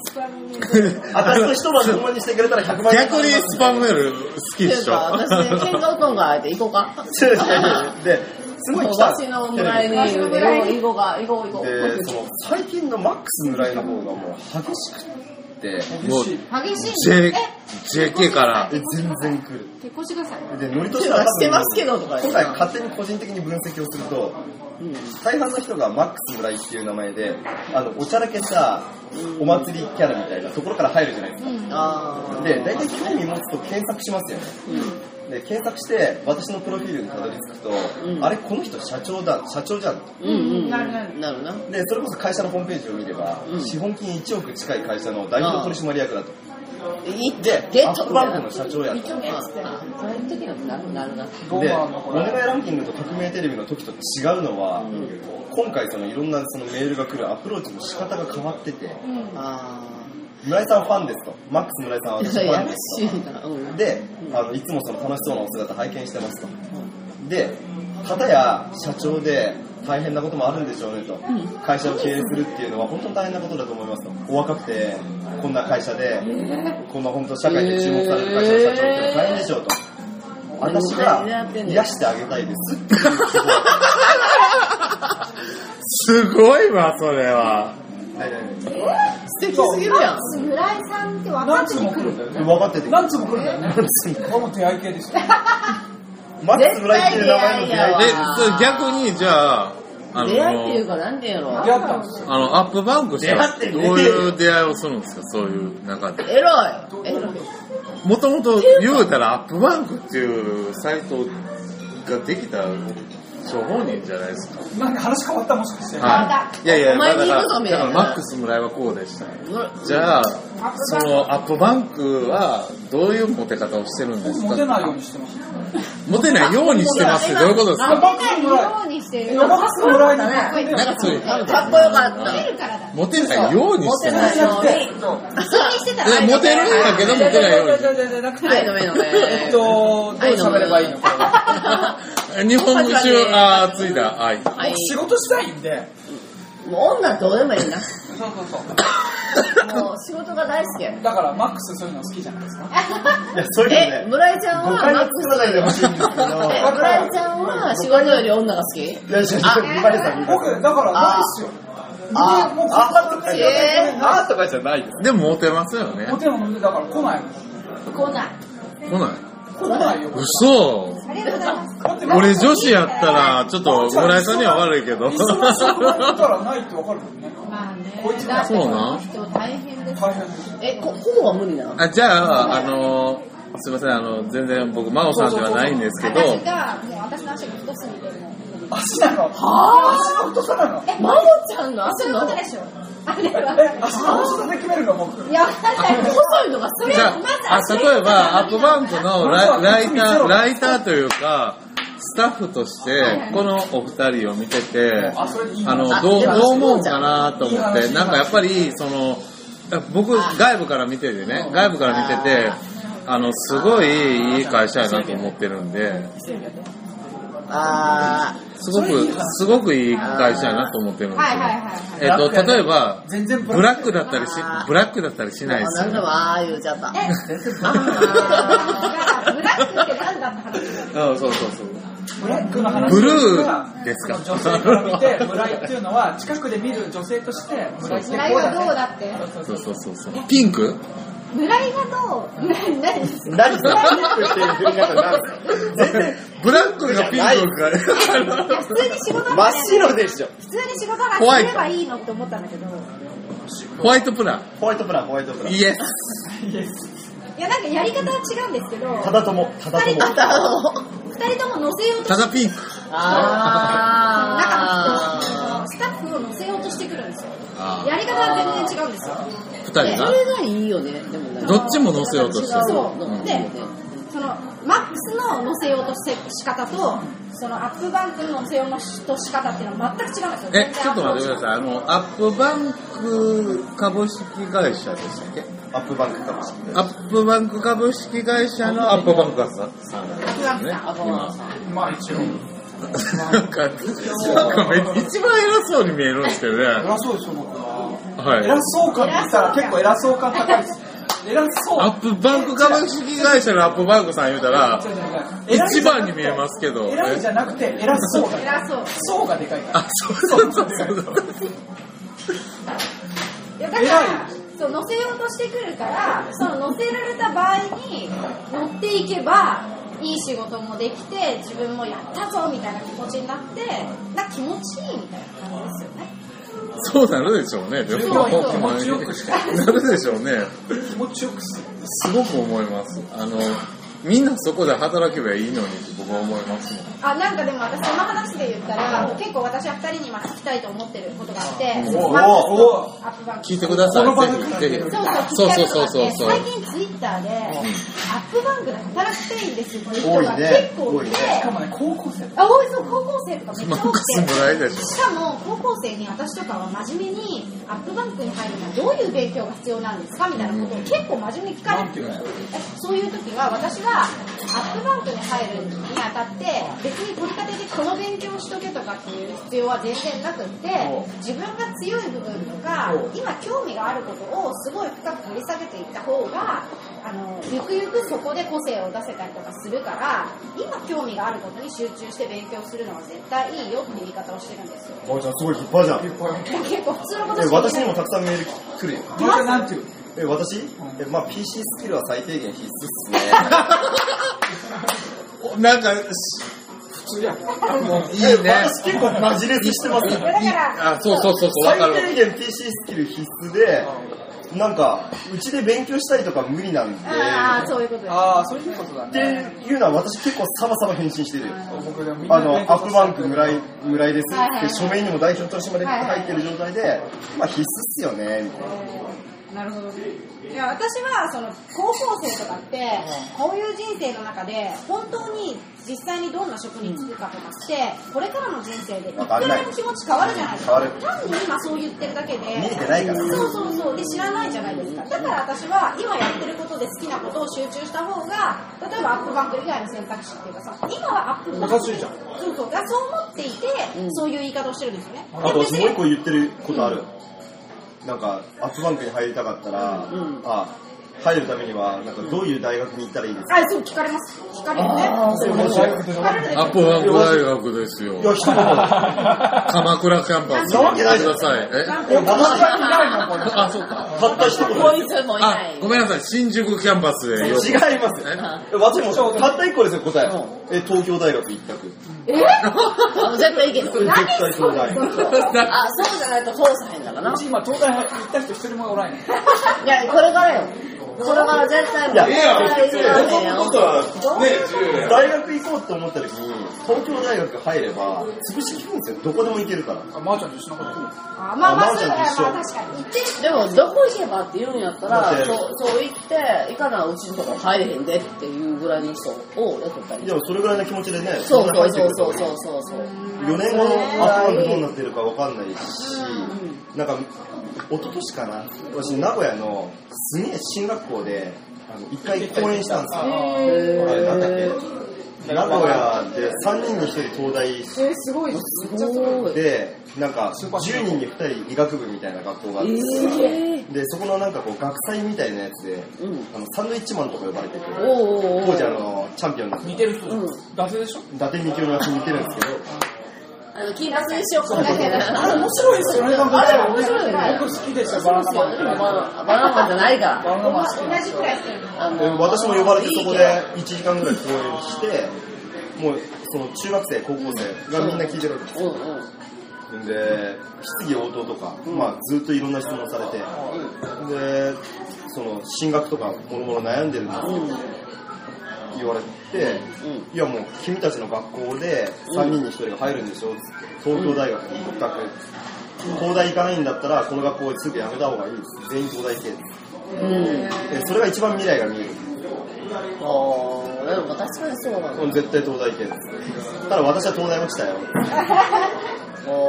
S6: スパムメール。
S5: ー
S3: 私と一晩共にしてくれたら100万円。
S5: 逆にスパムメール好
S4: っ
S5: きって
S4: い
S5: し
S4: う
S5: ょ
S4: か、。私、喧嘩うとんがあえて行こうか。
S3: そう ですねで、すごい来た。
S4: 私の村に言うて、行こうか、行こう行こ
S3: で、その、最近のマックス村井の方がもう激しくって、
S5: もう、
S6: 激しい。
S5: J
S6: え、、
S5: JK から。
S3: え全然来る。
S6: 結婚してください。
S3: で、ノリと
S4: う。
S3: して
S4: 手
S3: は多
S4: は
S3: 分
S4: してますけど、とか言
S3: 今
S4: っ
S3: 回
S4: て。
S3: 勝手に個人的に分析をすると、
S4: うん
S3: 大半の人がマックス村井っていう名前で、あの、おちゃらけしたお祭りキャラみたいなところから入るじゃないですか。
S4: あー
S3: で、大体興味持つと検索しますよね。で検索して私のプロフィールにたどり着くと、
S4: うん
S3: あれこの人社長だ社長じゃん
S4: うんうんうん。
S6: なるなる
S4: なるな。
S3: でそれこそ会社のホームページを見れば、
S4: うん
S3: 資本金1億近い会社の代表取締役だと
S4: いっ
S3: で
S4: ゲ
S3: アッ
S4: ット
S3: プバンクの社長やと
S4: ああそういう時のなるなるな。
S2: どう
S3: で
S2: なんの
S3: お
S2: こ
S3: 願い
S2: れ
S3: ランキングと革命テレビの時と違うのは、今回そのいろんなそのメールが来るアプローチの仕方が変わってて
S4: あ
S3: 村井さんファンですとマックス村井さんは
S4: あ。
S3: 私
S4: い
S3: ファ
S4: や、や
S3: ン
S4: ら
S3: で
S4: し
S3: すと
S4: いな。うん。
S3: で、あのいつもその楽しそうなお姿拝見してますと。で、片や社長で大変なこともあるんでしょうねと。会社を経営するっていうのは本当に大変なことだと思いますと。お若くて、こんな会社で、こんな本当社会で注目される会社の社長って大変でしょうと。私が癒してあげたいですっていう希望。
S5: すごいわ、それは。
S4: 素敵すぎるやん。
S6: 村井さんって分か
S2: 何
S6: っ
S2: 通
S6: て
S2: も
S6: くる
S2: 来るんだよね
S3: 分かってて、
S2: 何通も来るんだよねこれも手合い系ですよ
S3: マックス村井っていう名前の出会い
S5: え、それ逆に、じゃあ、あ
S4: 出会いっていう
S5: の、
S4: か、なんていうの
S2: 出会ったんですよ
S5: あの、アップバンクしたら、
S3: 出会って
S5: ど
S3: ね
S5: ういう出会いをするんですか、そういう中で。
S4: エロい。エロい。
S5: もともと言うたら、アップバンクっていうサイトができた処方人じゃないですか。
S2: なんか話変わったもしかして
S5: はい。いやいや、
S4: お
S5: だ
S4: 前
S5: か
S4: に言う
S5: ら、
S4: ぞ
S5: だ
S4: みたいな
S5: からマックス村井はこうでした。じゃあ、そのアップバンクはどういうモテ方をしてるんです
S2: 僕
S5: か
S2: モテないようにしてます
S5: モテないようにしてますってどういうことです
S6: モ
S5: か
S6: テないようにしてる。
S2: マックス村井だね
S5: なんかそういう
S4: かっこよかっ
S6: モテるからだ。
S5: モテないようにしてます。
S2: そう
S4: はい
S6: 普通にしてたら。
S5: でモテるんやけどモテないようにしてます。
S2: じゃなくて
S4: た。はい、ごめんごめん。
S2: えっと、どう喋ればいいのこれ は
S5: 日本語中、あー、ついた。はい。
S4: はい。
S2: 僕仕事したいんで、
S4: もう女どうでもいい
S2: そう
S4: な。
S2: そうそう。
S4: もう仕事が大好きや。
S2: だから、マックスそういうの好きじゃないですか。
S3: いや、そういうこと
S4: え、
S3: ね。
S4: 村井ちゃん
S3: 誤
S4: は
S3: 解
S4: マ
S3: を
S4: ック
S3: 作
S4: ス
S3: らないでほしいんですけど。
S4: え村井ちゃんは仕事より女が好き
S3: いや、ちょっと、ゆかりさん、ゆか
S2: 僕、だから、ないっすよ。
S4: あ
S2: 僕もう感覚的に
S4: え
S5: あーとかじゃないです。でもモテますよね
S2: お。手もだから来ないもん。
S1: 来ない。
S5: 来ない。
S2: 来ないよ。
S5: 嘘。
S1: ありがとうございます。
S2: だって
S5: 俺女子やったら、ちょっと村井さんには悪いけ
S2: 一
S5: ど。
S2: 緒に仕事行ったらないってわかるもんね。
S1: まあね
S2: こいつ、
S1: だってこ
S5: そうな
S1: の人大変です。
S2: 大変です。
S4: え、こ、こは無理なの
S5: あ、じゃあ、あの、すいません、あの、全然僕、真央さんではないんですけど、
S1: 私が、もう私の足が太すぎてもう。
S2: 足なのは足の太さなの
S1: え、
S4: マモちゃんの
S1: そうい
S4: 足
S1: う
S4: の
S1: ことでしょ。あれは。
S2: え、足の太さで決めるの僕。
S1: いや、わかんない。
S4: 細いのが好
S5: じゃあ、あ例えば、アップバンクのライライター、ライターというか、スタッフとして、このお二人を見てて、
S2: あ、それいい
S5: あ
S2: な。
S5: の、
S4: あ
S5: どう、
S4: で
S5: ど
S4: も
S5: う思うかなと
S2: い
S5: 思
S2: い
S5: って、
S2: 話
S5: なんかやっぱり、その、僕、外部から見ててね、外部から見てて、あの、すごいいい会社やなと思ってるんで、
S4: あ
S5: すごく、すごくいい会社やなと思ってるんです
S1: はい
S5: よ
S1: はい。はい
S5: えっと、例えば、
S2: 全然
S5: ブラックだったりし、ブラックだったりし
S4: ー、
S5: ない
S4: あ
S5: で
S4: なん
S5: すよ
S4: だ。わー言うちゃった。
S1: え、あーブラックって何だった話
S5: うん、そうそうそう。
S2: ブラックの話
S5: ブルーですか
S2: 女性から見て、ブライっていうのは、近くで見る女性として、ブライってこう
S1: 村井は
S2: だ
S1: どう
S2: ね。
S1: だって
S5: そうそうそうそう。ピンク
S1: 村井がどう村井何ですか
S3: 何それピンクっていう振り方なんですか
S5: ブラックがピンクが
S1: いや普通に仕事
S3: 真
S1: が
S3: っ白でしょ。
S1: 普通に仕事がすればいいのって思ったんだけど
S5: ホワイトプラ
S3: ホワイトプラン、ホワイトプ
S5: ン。
S3: ラン。
S5: イエス。
S1: いやなんかやり方は違うんですけど
S3: ただとも、ただとも。
S1: 二人とも乗せようと
S5: ただピンク。
S1: 中の人
S4: あ
S1: あのスタッフを乗せようとしてくるんですよ
S5: あ
S1: やり方は全然違うんですよ
S5: 二
S4: ー。
S5: 人
S4: そ
S5: が
S4: れがいいよね、でもね
S5: どっちも乗せようとしてる
S4: そううん
S1: でそのマックスの乗せようとして仕方とそのアップバンクの乗せようとし方っていうのは全く違うんですよ
S5: え、ちょっと待ってください。あの、アップバンク株式会社でしたっけ
S3: アップバンクかもしれない。
S5: アップバンク株式会社のアップバンクさん
S1: アップバンクさん
S5: ね。今
S2: まあ一応。
S5: なんか、なんかめ一番偉そうに見えるんですけどね。
S2: 偉そうですよ、僕は。偉
S5: はい。
S2: そうかって言ったら結構偉そう感高いです。偉そう。
S5: アップバンク株式会社のアップバンクさん言うたら、一番に見えますけど
S2: 偉いじゃなくて、偉そうだ。
S1: 偉そう
S2: そうがでかいから。
S5: あ、そうそうそうそう。
S1: いやだからそう乗せようとしてくるからその乗せられた場合に乗っていけばいい仕事もできて自分もやったぞみたいな気持ちになってなんか気持ちいいみたいな感じですよね
S5: そうなるでしょうね。でも
S1: そうそう
S5: 気持ちよくしてなるでしょうね。
S2: 気持ちよくする。
S5: すごく思います。あの、みんなそこで働けばいいのにって僕は思いますもん。
S1: あなんかでも私その話で言ったら結構私は2人に今聞きたいと思ってることがあってそ
S5: お
S1: の
S5: お
S1: バンク
S2: おお
S1: アップバンク
S5: 聞いてくださ
S2: この場で
S5: い。ぜひ、ぜひ。
S1: そうそう
S5: そうそうそうそう
S1: 最近ツイッターで、アップバンクで働きたいんですよ、こういう
S3: 多
S1: 人
S3: い
S1: が
S3: ね
S1: 結構いて、
S3: 多い
S2: しかもね、高校生。
S1: あ、多いそう、高校生とかめっちゃ
S5: マッ
S1: 多
S5: クス
S1: くて。
S5: もらえるでしょ。
S1: しかも高校生に私とかは真面目にアップバンクに入るにはどういう勉強が必要なんですかみたいなことを結構真面目に聞かれてるんですよそういう時は私はアップバンクに入るにあたって別に取り立てでこの勉強しとけとかっていう必要は全然なくって自分が強い部分とか今興味があることをすごい深く掘り下げていった方があのゆくゆくそこで個性を出せたりとかするから今興味があることに集中して勉強するのは絶対いいよって言い方をしてるん ですよ
S3: おーちゃん、すごい立派じゃん。
S1: いや結構普通のこと
S3: え、
S1: しか言え
S3: 私
S1: ない
S3: にもたくさんメール来るよ。
S2: みんななんていう。
S3: え、私え、まあ PC スキルは最低限必須っすね。
S5: おなんか、しもういいね。
S3: 私結構マジレスしてます
S1: いやだから
S5: あ、そうそうそうそう、わかる
S3: 最。低限 PC スキル必須で、なんか、うちで勉強したりとか無理なんで、
S1: ああそういうことです
S2: ああ、そういうことだ
S3: って
S2: ね。
S3: いうのは私結構サバサバ返信してるよ。
S2: 僕でもみんな
S3: あの、アップバンク村井、村井です
S1: はいはいは
S3: っ
S1: い
S3: て、署名にも代表取締役って入ってる状態で、まあ必須っすよね、みたいな。
S1: なるほど。いや、私は、その、高校生とかって、こういう人生の中で、本当に実際にどんな職に就くかとかって、これからの人生で、いく
S3: わからんない
S1: でも気持ち変わるじゃないです
S3: 変わる
S1: か。単に今そう言ってるだけで、
S3: 見えてないから
S1: そうそうそう。で、知らないじゃないですか。だから私は、今やってることで好きなことを集中した方が、例えばアップバンク以外の選択肢っていうかさ、今はアップバンク。
S2: おかしいじゃん
S1: そうそう。がそう思っていて、そういう言い方をしてるんですよね。
S3: あと私もう一個言ってることある、なんかアップバンクに入りたかったら、あ入るためにはなんかどういう大学に行ったらいいですか、
S1: あ、そう、聞かれます。聞かれるね。そう
S2: そうそう
S1: 聞かれるでしょ
S5: アップバンク大学ですよ
S3: い。や一言
S5: 鎌倉キャンパス。
S3: なわけない
S5: く
S3: じゃん
S5: ださい。え
S3: いや私はいないの
S5: あ、そうか。
S3: たった一言
S4: こいつもい
S5: あ
S4: ない、。
S5: ごめんなさい。新宿キャンパスでようこそ。
S3: 違いますよ
S5: え
S3: え私もたった一個ですよ答え、え東京大学一択
S4: あ絶対いける。
S3: 絶対東大
S4: あ、そうじゃないと通さへんだからな
S2: う。ち今東大入った人一人もおらんやん
S4: いや、これからよ。これから絶対もう。
S3: いや
S4: 絶対行かへんよ
S7: ことは、ね、自由や。
S3: 大学行こうと思った時に東京大学入れば潰しきくんですよどこでも行けるから
S2: あまーちゃんと一緒のこと言う
S1: あまあまあ、
S3: あ
S1: そうだ
S3: マ
S1: ね
S3: ーちゃんと
S1: まあ確かに。
S3: 一緒
S1: 言ってる
S4: でも、どこ行けばって言うんやった
S3: だっ
S4: ら、
S3: て
S4: そう、そう行って、行かなうちのとこ入れへんでっていうぐらいの人を雇ったり
S3: い。やそれぐらいの気持ちでね
S4: そう
S3: ここ
S4: そ
S3: に入
S4: う
S3: って
S4: そ
S3: く
S4: う
S3: ると
S4: そうそうそうそう。
S3: 4年後のアップバンクどうなってるか分かんないし、なんか、一昨年かな、私、名古屋のすげえ進学校で、あの一回講演したんですよ。あれ、なんだっけ、名古屋で3人に1人東大
S1: それすごい。
S4: すごい。
S3: で、なんか、10人に2人医学部みたいな学校があって、で、そこのなんかこう、学祭みたいなやつで、
S4: うん。
S3: あのサンドイッチマンとか呼ばれてて、
S4: おーおーお
S3: 当時、あ
S4: ー
S3: の、チャンピオンになって
S2: 似てる人
S4: うん
S2: 伊達でしょ
S3: 伊達みきおのやつ似てるんですけど、
S4: あの、金髪にしようかなみたいな。
S2: 面白いですよね
S4: あれ面白いよね
S2: 僕好きですよバ
S4: そう
S2: ナナ
S4: そう
S2: マン
S4: でもバナバナナマンじゃないが。
S2: バナナマン好き
S1: 同じくらいしてる。
S4: あ
S3: で
S4: の
S3: 私も呼ばれてそこで1時間ぐらい講演して、もうその中学生、高校生がみんな聞いてるわけで
S4: うんうん。
S3: す。で、質疑応答とか、まあずっといろんな質問されて、で、その進学とかもろもろ悩んでるんですよ言われて、いやもう君たちの学校で3人に1人が入るんでしょっつって、東京大学に合格。東大行かないんだったら、この学校すぐ辞めた方がいいです。全員東大行け。
S4: うん。
S3: でそれが一番未来が見える。
S4: ああ、でも確かにそうなの。
S3: うん絶対東大行けですただ私は東大落ちたよ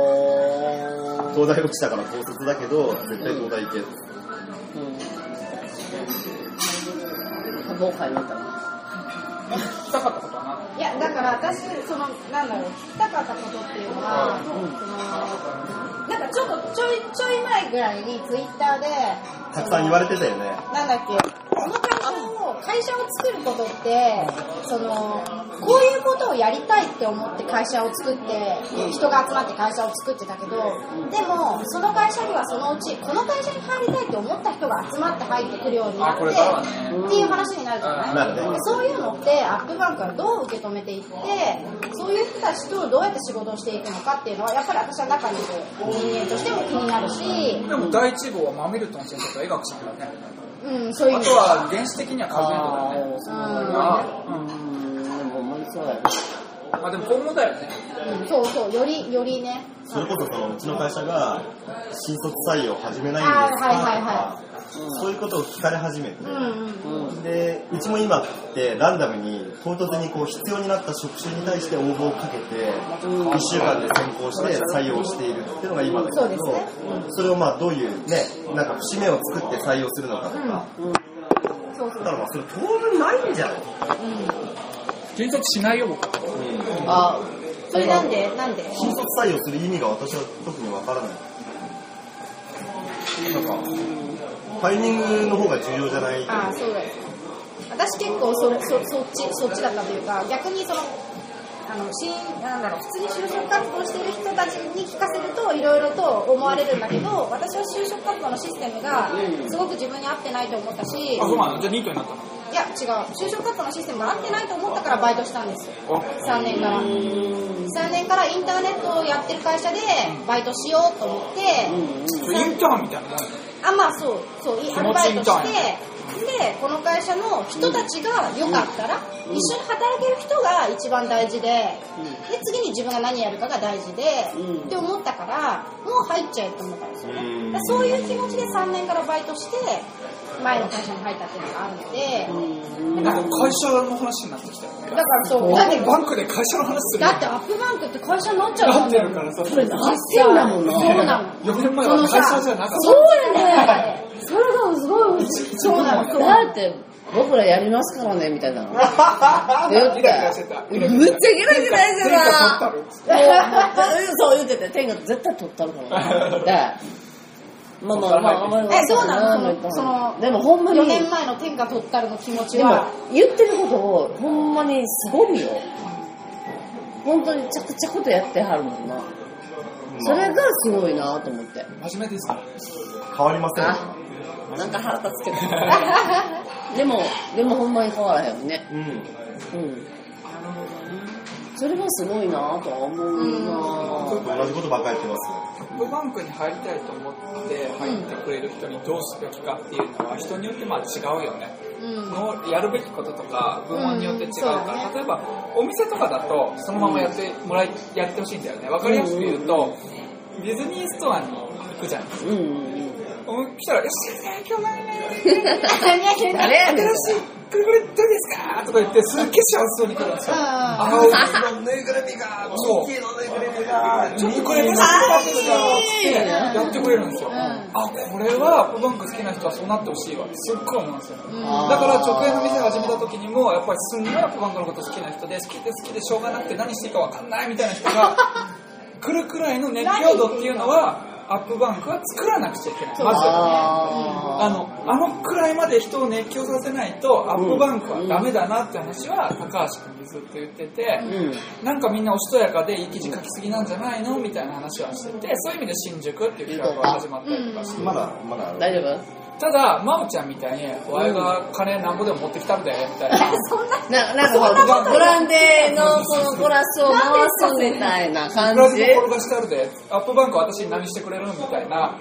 S4: あ
S3: 東大落ちたから高卒だけど絶対東大行け
S4: あ。もう買いました。
S2: したかったことはない
S1: や、だから私、その、なんだろう、聞きたかったことっていうのは、その、なんかちょっと、ちょい、ちょい前ぐらいにツイッターで、
S3: たくさん言われてたよね
S1: なんだっけ、この会社を、会社を作ることって、その、こういうことをやりたいって思って会社を作って、人が集まって会社を作ってたけど、でも、その会社にはそのうち、この会社に入りたいって思った人が集まって入ってくるようにな
S2: あ
S1: っ
S2: これからは
S1: て、
S2: ね
S1: っていう話になるじゃない
S3: なるね
S1: そういうのってアップバンクはどう受け止めていってそういう人たちとどうやって仕事をしていくのかっていうのはやっぱり私は中にいる人間としても気になるし、
S2: でも第一号はマミルトン先生と江学さんだね
S1: うん、
S2: あ
S1: そう
S2: と
S1: いう意味
S2: は原始的には数える
S4: あ
S1: う
S2: と
S1: ん
S2: だねうん
S4: あ。でも、もうそうやね。
S2: まあでも今後だよね
S1: うんそうそうよりよりね
S3: それこそそのうちの会社が新卒採用始めないん
S1: あ
S3: ですかと
S1: はいはい
S3: か
S1: は
S3: そういうことを聞かれ始めて
S1: うんうん
S3: でうちも今ってランダムに唐突にこう必要になった職種に対して応募をかけて1週間で選考して採用しているっていうのが今だ
S1: そう
S3: け
S1: です
S3: ど
S1: ね
S3: それをまあどういうねなんか節目を作って採用するのかとか
S1: そうそう
S3: だからまあそれ当分ないんじゃない
S2: 検索しないよ僕
S4: あ
S1: それなんでなんで
S3: 新卒採用する意味が私は特にわからない。なんか、タイミングの方が重要じゃない。
S1: ああそうだよ私結構それそそっちそっちだったというか逆にそのあの新なんだろう普通に就職活動している人たちに聞かせるといろいろと思われるんだけど私は就職活動のシステムがすごく自分に合ってないと思ったしい
S2: あそうなのじゃあニートになったの
S1: や違う就職活動のシステムが合ってないと思ったからバイトしたんですよ
S2: あ
S1: 3年から3年からインターネットをやってる会社でバイトしようと思って、
S2: インターンみたいなもん
S1: あまあそうそういアルバイトしてでこの会社の人たちがよかったら、一緒に働ける人が一番大事で,、で次に自分が何やるかが大事で、
S4: う
S1: っ
S4: ん
S1: て思ったからもう入っちゃえって思ったんですよね、
S3: うん
S1: だからそういう気持ちで3年からバイトして前の会社に入ったっていうのがあるので、
S2: なんか会社の話になってきたよね
S1: だからそうだ
S2: だ
S1: っ
S2: っててバンクで会社の話する
S1: だってアップバンクって会社になっちゃう
S2: な
S1: か
S2: っ
S1: ら
S2: てるからさ
S4: れ8000だもんな
S1: そうなの
S2: 4年前は会社じゃなかっ
S1: そうやね
S6: それがすごい
S1: そうなの
S4: だって、僕らやりますからね、みたいなの。だ
S2: た
S4: って、
S2: ギラギラしてた
S4: むっちゃゲラゲラして
S2: 前科
S4: た
S2: 取ったる
S4: そう言ってて、天下絶対取ったる からね。で、まあまあまあ、まあまあ
S1: えそうなの
S4: みたい
S1: その
S4: でもほんまに、
S1: 4年
S4: で
S1: 前の天下取ったるの気持ち
S4: も
S1: は
S4: 言ってることをほんまにすごいよ。本当にちゃくちゃことやってはるもんな。それがすごいなと思って。
S2: 真面目ですから
S3: 変わりませんよ
S4: あ、なんか腹立つけど。 でも、でもほんまに変わらへんよね。
S3: うん
S4: うん。それはすごいなぁとは思
S3: ちょっ
S4: う
S3: と同じことばっかり言ってますね
S2: アップバンクに入りたいと思って入ってくれる人にどうすべきかっていうのは人によってまあ違うよね
S1: うん
S2: のやるべきこととか部門によって違う
S1: うん
S2: か
S1: そうだ
S2: ら、
S1: ね
S2: 例えばお店とかだとそのままやってもらい、やってほしいんだよねわかりやすく言うと、ディズニーストアに行くじゃないですか
S4: な。うん。
S2: 来たら「よっしゃ今日何々
S4: 誰やねん。
S2: 新しいくるくるどうですか?」とか言ってすっげえ幸せそうに来るんですよ
S1: あ
S2: ああ、のぬいぐるみが、そう、ちょっとこれ、もしよですかってやってくれるんですよ。
S1: ん
S2: あ、これは、アップバンク好きな人はそうなってほしいわ。すっごい思うんですよ。
S1: うん
S2: だから、直営の店始めた時にも、やっぱりすんごいアップバンクのこと好きな人で、好きで好きでしょうがなくて何していいかわかんないみたいな人が、来るくらいの熱狂度っていうのは、アップバンクは作らなくちゃいけない。まずは。あ
S4: あ
S2: の、あのくらいまで人を熱狂させないと、アップバンクはダメだなって話は、高橋君にずっと言ってて、なんかみんなおしとやかでいい記事書きすぎなんじゃないのみたいな話はしてて、そういう意味で新宿っていう企画が始まったりとかして、
S3: まだまだあ
S4: ー
S3: る
S4: 大丈夫
S2: ただ、まおちゃんみたいに、お前が金なんぼでも持ってきたんだよ、みたいな。
S4: ななんかこう、ボランティアのこのゴラスを回すみたいな感
S2: ブラジ
S4: じ
S2: ル。転がしてあるで、アップバンクは私に何してくれるみたいな、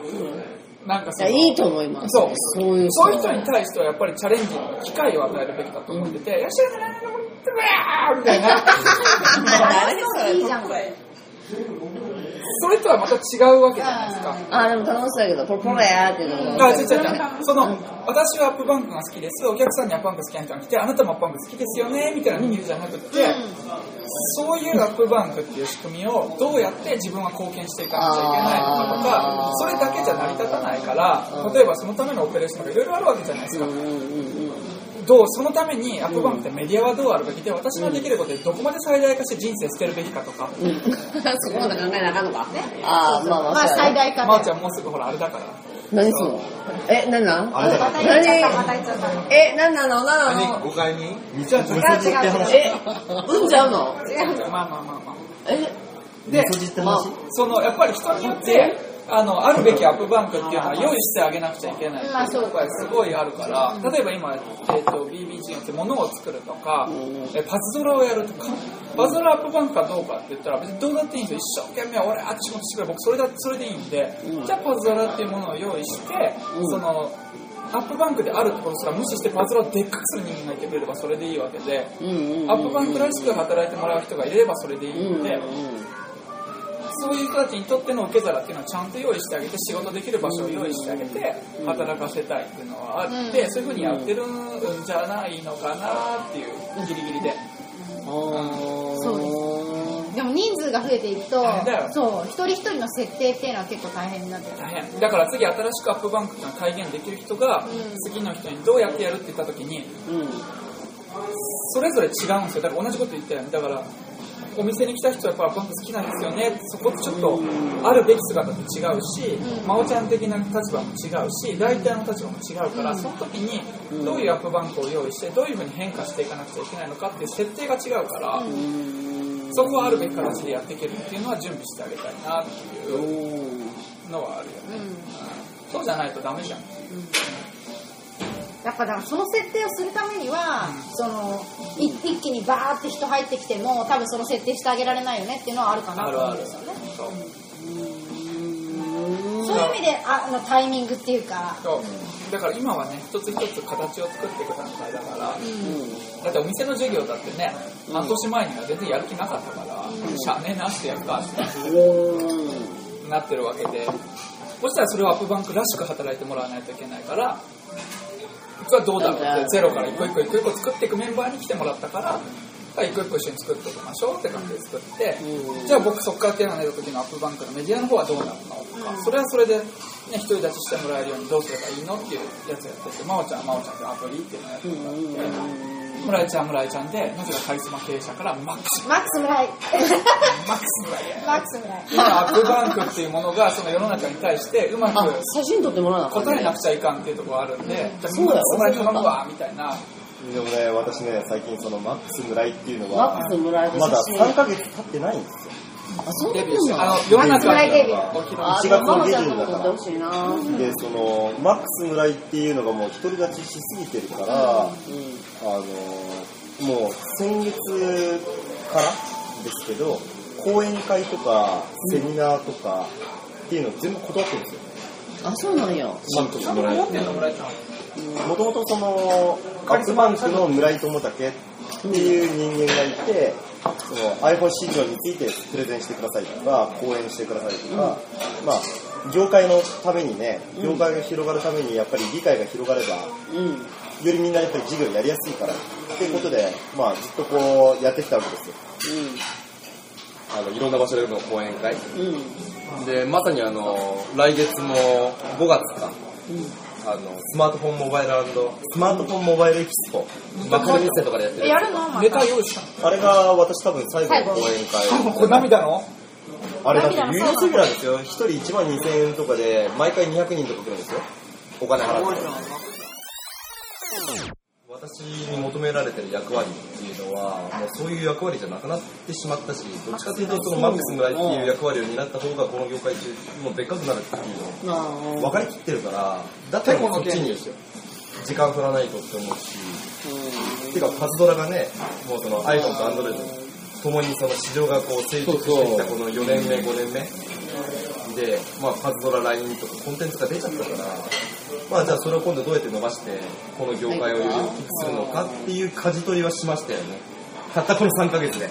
S2: なんか
S4: い
S2: そ
S4: や
S2: の
S4: いいと思います。
S2: そう
S4: そういう
S2: そういう人に対してはやっぱりチャレンジの機会を与えるべきだと思ってて、よっしゃ、ななななみたいな。
S4: 誰それ
S1: いいじゃんこれ
S2: それとはまた違うわけじゃないですか。
S4: あ、でも楽しそうやけど、これこれやーっていうのが
S2: あ、違う違う違う。その、私はアップバンクが好きです。お客さんにアップバンク好きな人が来て、あなたもアップバンク好きですよね、みたいな理由じゃなくて、そういうアップバンクっていう仕組みをどうやって自分は貢献していかなきゃいけないのかとか
S4: あ、ー
S2: それだけじゃ成り立たないから、例えばそのためのオペレーションがいろいろあるわけじゃないですか。どうそのためにアップバンクってメディアはどうあるべきで、私のできることでどこまで最大化して人生捨てるべきかとか、
S4: そこまで考えなあかんのか。あー、まあ
S1: ま
S4: まあ、
S1: あ
S4: そうや
S1: 最
S4: ね
S1: 大化
S2: まー
S1: で
S2: ちゃんもうすぐほらあれだから。
S4: 何そのえ、何なん
S3: あれだ
S1: ま
S3: か
S1: た
S3: ら
S1: 言っちゃったまた言っちゃった
S4: え、何なの何な
S3: 何
S4: の
S3: 誤解に道は
S1: 違う違う違う
S3: 無筋って話
S4: え、うんちゃうの
S2: まあまあまあまあ。
S4: え、
S2: で、
S3: 無筋って話
S2: そのやっぱり人によってあのあるべきアップバンクっていうのは用意してあげなくちゃいけない
S1: まあ
S2: っていうところがすごいあるから例えば今、えっと BBG ってものを作るとかえパズドラをやるとかパズドラアップバンクかどうかって言ったら別にどうだっていいんですよ一生懸命俺あっちこっちしてくれ僕それだそれでいいんでじゃあパズドラっていうものを用意してそのアップバンクであるところすら無視してパズドラをでっかくする人間がいてくれればそれでいいわけで
S4: うんうん。
S2: アップバンクらしく働いてもらう人がいればそれでいい
S4: うん
S2: んで。そういう人たちにとっての受け皿っていうのはちゃんと用意してあげて仕事できる場所を用意してあげて働かせたいっていうのはあって、
S1: うん
S2: そういうふうにやってるんじゃないのかなっていうギリギリで
S4: そうです。
S1: でも人数が増えていくと
S2: あれだよ
S1: そう一人一人の設定っていうのは結構大変になってる
S2: 大変だから次新しくアップバンクっていうのは体現できる人が
S1: うん
S2: 次の人にどうやってやるって言った時にそれぞれ違うんですよだから同じこと言ったよねだからお店に来た人はやっぱアップバンク好きなんですよねそこってちょっとあるべき姿と違うし、
S1: うん
S2: 真央ちゃん的な立場も違うし大体の立場も違うから、
S1: うん
S2: その時にどういうアップバンクを用意してどういうふうに変化していかなくちゃいけないのかっていう設定が違うから、そこはあるべき形でやっていけるっていうのは準備してあげたいなっていうのはあるよね、そうじゃないとダメじゃん
S1: やっぱだからその設定をするためにはそのい一気にバーって人入ってきても多分その設定してあげられないよねっていうのはあるかなと思うんですよね
S2: そう
S1: そういう意味であのタイミングっていうか
S2: そうだから今はね一つ一つ形を作っていく段階だから、だってお店の授業だってね半年前には全然やる気なかったから、しゃあねえなってやるかってなってるわけでそしたらそれをアップバンクらしく働いてもらわないといけないからそれはどうだろうってゼロから一個一個一個一個作っていくメンバーに来てもらったから一個一個一緒に作っておきましょうって感じで作って、じゃあ僕そこから手を挙げた時のアップバンクのメディアの方はどうなるのとか、それはそれで、ね、独り立ちしてもらえるようにどうすればいいのっていうやつやってて真央ちゃんは真央ちゃんってアプリっていうのをやってもらって村井ちゃんは村井ちゃんでなぜかカリスマ経営者からマックス
S1: マックス村井
S2: マックスぐらい
S1: マックス村井
S2: 今アップバンクっていうものがその世の中に対してうまく
S4: あ、写真撮ってもらわなかった
S2: 答え
S4: ね
S2: なくちゃいかんっていうところがあるんで、じゃあ
S4: そうだよ
S2: そこら頼むわみたいな
S7: でもね、私ね、最近そのマックス村井っていうの
S4: マ
S7: は
S4: ッ、クス村井の
S7: まだ
S4: 写真。
S7: 3ヶ月経ってないんですよ。
S4: あ、そうな
S2: デ
S4: ん
S2: ビューしてあ
S4: だ。
S2: の世の中
S1: マックス村井デビュー
S2: 起きる
S4: あ、
S7: 1
S4: で
S7: 月
S4: もマ
S7: の
S4: マち
S7: 下
S4: ゃん
S7: 旬
S4: の
S7: だ
S4: 撮って
S7: から
S4: ほ。しいな。うん。
S7: で、その、マックス村井っていうのがもう独り立ちしすぎてるから、あのもう先月からですけど、講演会とかセミナーとかっていうのを全部断ってるんですよ。
S4: あ、そうなんや。
S5: マックスもらえ
S2: ってんの村井ちゃん
S7: もともとその、アップバンクの村井智武っていう人間がいて、その iPhone 市場についてプレゼンしてくださいとか、講演してくださいとか、まあ、業界のためにね、業界が広がるためにやっぱり理解が広がれば、
S4: うん。
S7: よりみんなやっぱり授業やりやすいから、っていうことで、まあ、ずっとこうやってきたわけですよ。
S3: あのいろんな場所での講演会
S4: うん。うん。
S3: でまさにあの来月も5月か、あのスマートフォンモバイルスマートフォンモバイルエキスポマクロ店とかでやってる
S1: やるのま
S2: ネ
S1: た
S2: タ用意した
S7: あれが私多分最後の講演
S2: の
S7: 会。
S2: これ涙の
S7: あれだって有料セミナーですよ。一人1万2000円とかで、毎回200人とか来るんですよ。お金払って。
S3: 私に求められてる役割っていうのはもうそういう役割じゃなくなってしまったしどっちかというとそのマックス村井っていう役割を担った方がこの業界中もうでっかくなるっていうのを
S4: なあ。
S3: 分かりきってるから、だったらもうそっちに時間振らないとって思うし、てかパズドラがね、もうその iPhone と Android ともにその市場がこう成熟してきたこの4年目、5年目で、まあ、パズドラ LINE とかコンテンツが出ちゃったから、まあじゃあそれを今度どうやって伸ばして、この業界をより大きくするのかっていう舵取りはしましたよね。たったこの3ヶ月で、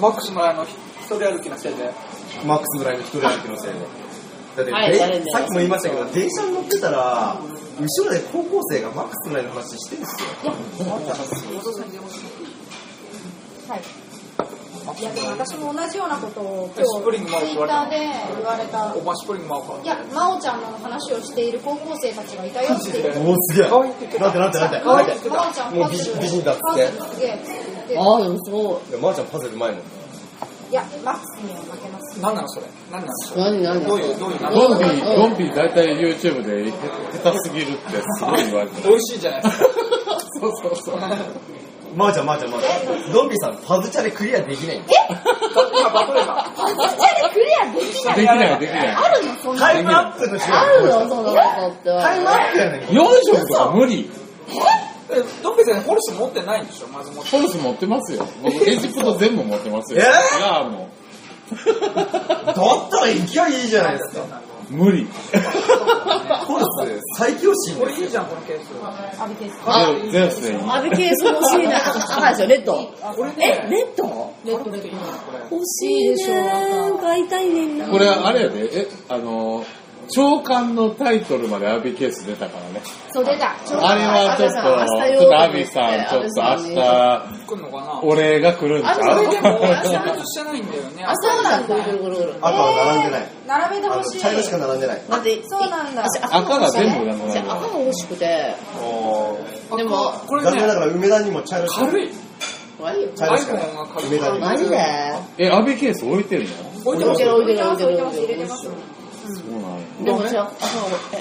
S2: マックス村井の一人歩きのせいで
S3: マックスぐらいの一人歩きのせいで。だって、
S4: はい
S3: で
S4: 誰で
S3: さっきも言いましたけど、電車に乗ってたら、後ろで高校生がマックスぐらいの話してるんですよ。
S1: はいいやでも私も同じようなことを今
S2: スプリングマ
S1: 日
S2: ウ
S1: ツ
S2: ス
S1: イ
S2: 言わ
S1: ッ
S2: れ
S1: ター
S2: た
S1: で言われた
S2: お前スプリングマウ
S1: いや真央ちゃんの話をしている高校生たちがいたよっていう
S3: おお、すげえ。
S2: 可愛いって言ってた
S3: なんてなんてなんて。
S1: 真
S3: なん
S1: 央
S3: て
S1: ちゃん
S3: も
S1: パ
S3: う美
S1: ズ
S3: 人
S1: ル
S3: 美人だっつって
S1: パズルすげえって言って
S4: あ、でもすごい。
S3: いや、まーちゃんパズルうまいもん。
S1: いやマックスには負けます
S2: 何なのそれ何なのそれ
S4: 何何
S2: どういうどういう何
S5: ドンビー、ドンビー大体 YouTube で下手すぎるってすごい言われてる。
S2: 美味しいじゃないですかそうそうそうだって
S3: まーちゃん、まーちゃん、まーちゃん。ドンビさん、パズチャでクリアできないんだよ
S2: 今バトれば
S1: パズルでクリアでき
S5: で
S1: ない
S5: きない、できない。
S1: あるのそんな
S3: タイムアップの日
S4: あるよ、そんなことって。
S3: タイムアップやねん。
S5: 4色とか無理。
S2: えドンペさんホルス持ってないんでしょまず持って
S5: ホルス持ってますよ。僕、エジプト全部持ってます
S3: え
S5: よ。
S3: ー
S5: ラーも。
S3: だったら勢いいいじゃないですか。
S5: 無理。
S3: コース、最強心
S2: こ
S3: で
S2: れいいじゃんこのケース
S1: 浴びてる
S5: あ、ゼロスでいい。
S4: アビケーション欲しいな。赤でしょ、レッド。
S2: これね
S4: え、レッド
S2: レッドレッドいいのこれ
S4: 欲しいねー。買いたいねんな。
S5: これ、あれやで、え、あの、長官のタイトルまでアビケース出たからね。
S1: そう出た
S5: あれはちょっと、
S4: 明日よ
S5: ちょっとアビさん、ちょっと明日、
S2: 来んのかな
S5: お礼が来るんちゃ
S2: こ
S5: う
S2: れでも明日
S4: 明
S2: のしてないんだよね
S4: あ、そうなんだ。ぐるぐるぐるぐる。
S7: あとは並んでない。
S1: 並べて
S7: あ
S1: ほ
S7: の、
S1: しい
S7: 茶色しか並んでない。
S4: だって、
S1: そうなんだ
S4: 私
S5: 赤が全部なく
S4: じ
S5: な
S4: ゃ
S5: る
S4: あ赤が欲しくて、
S7: おー
S4: でも、
S2: これ
S7: 残念な
S2: ね
S7: がら梅田にも茶色しか
S2: 軽い
S4: 悪いよ。
S7: 茶色しかない
S2: iPhone が軽い
S7: 梅田に
S4: マジで
S5: え、アビケース置いてるのそ
S2: 置いてます
S4: 置いてる
S1: 置
S4: 置
S1: い
S4: い
S1: て
S4: て
S1: ます置いてます
S4: る
S5: うなんや
S4: でも私は赤が、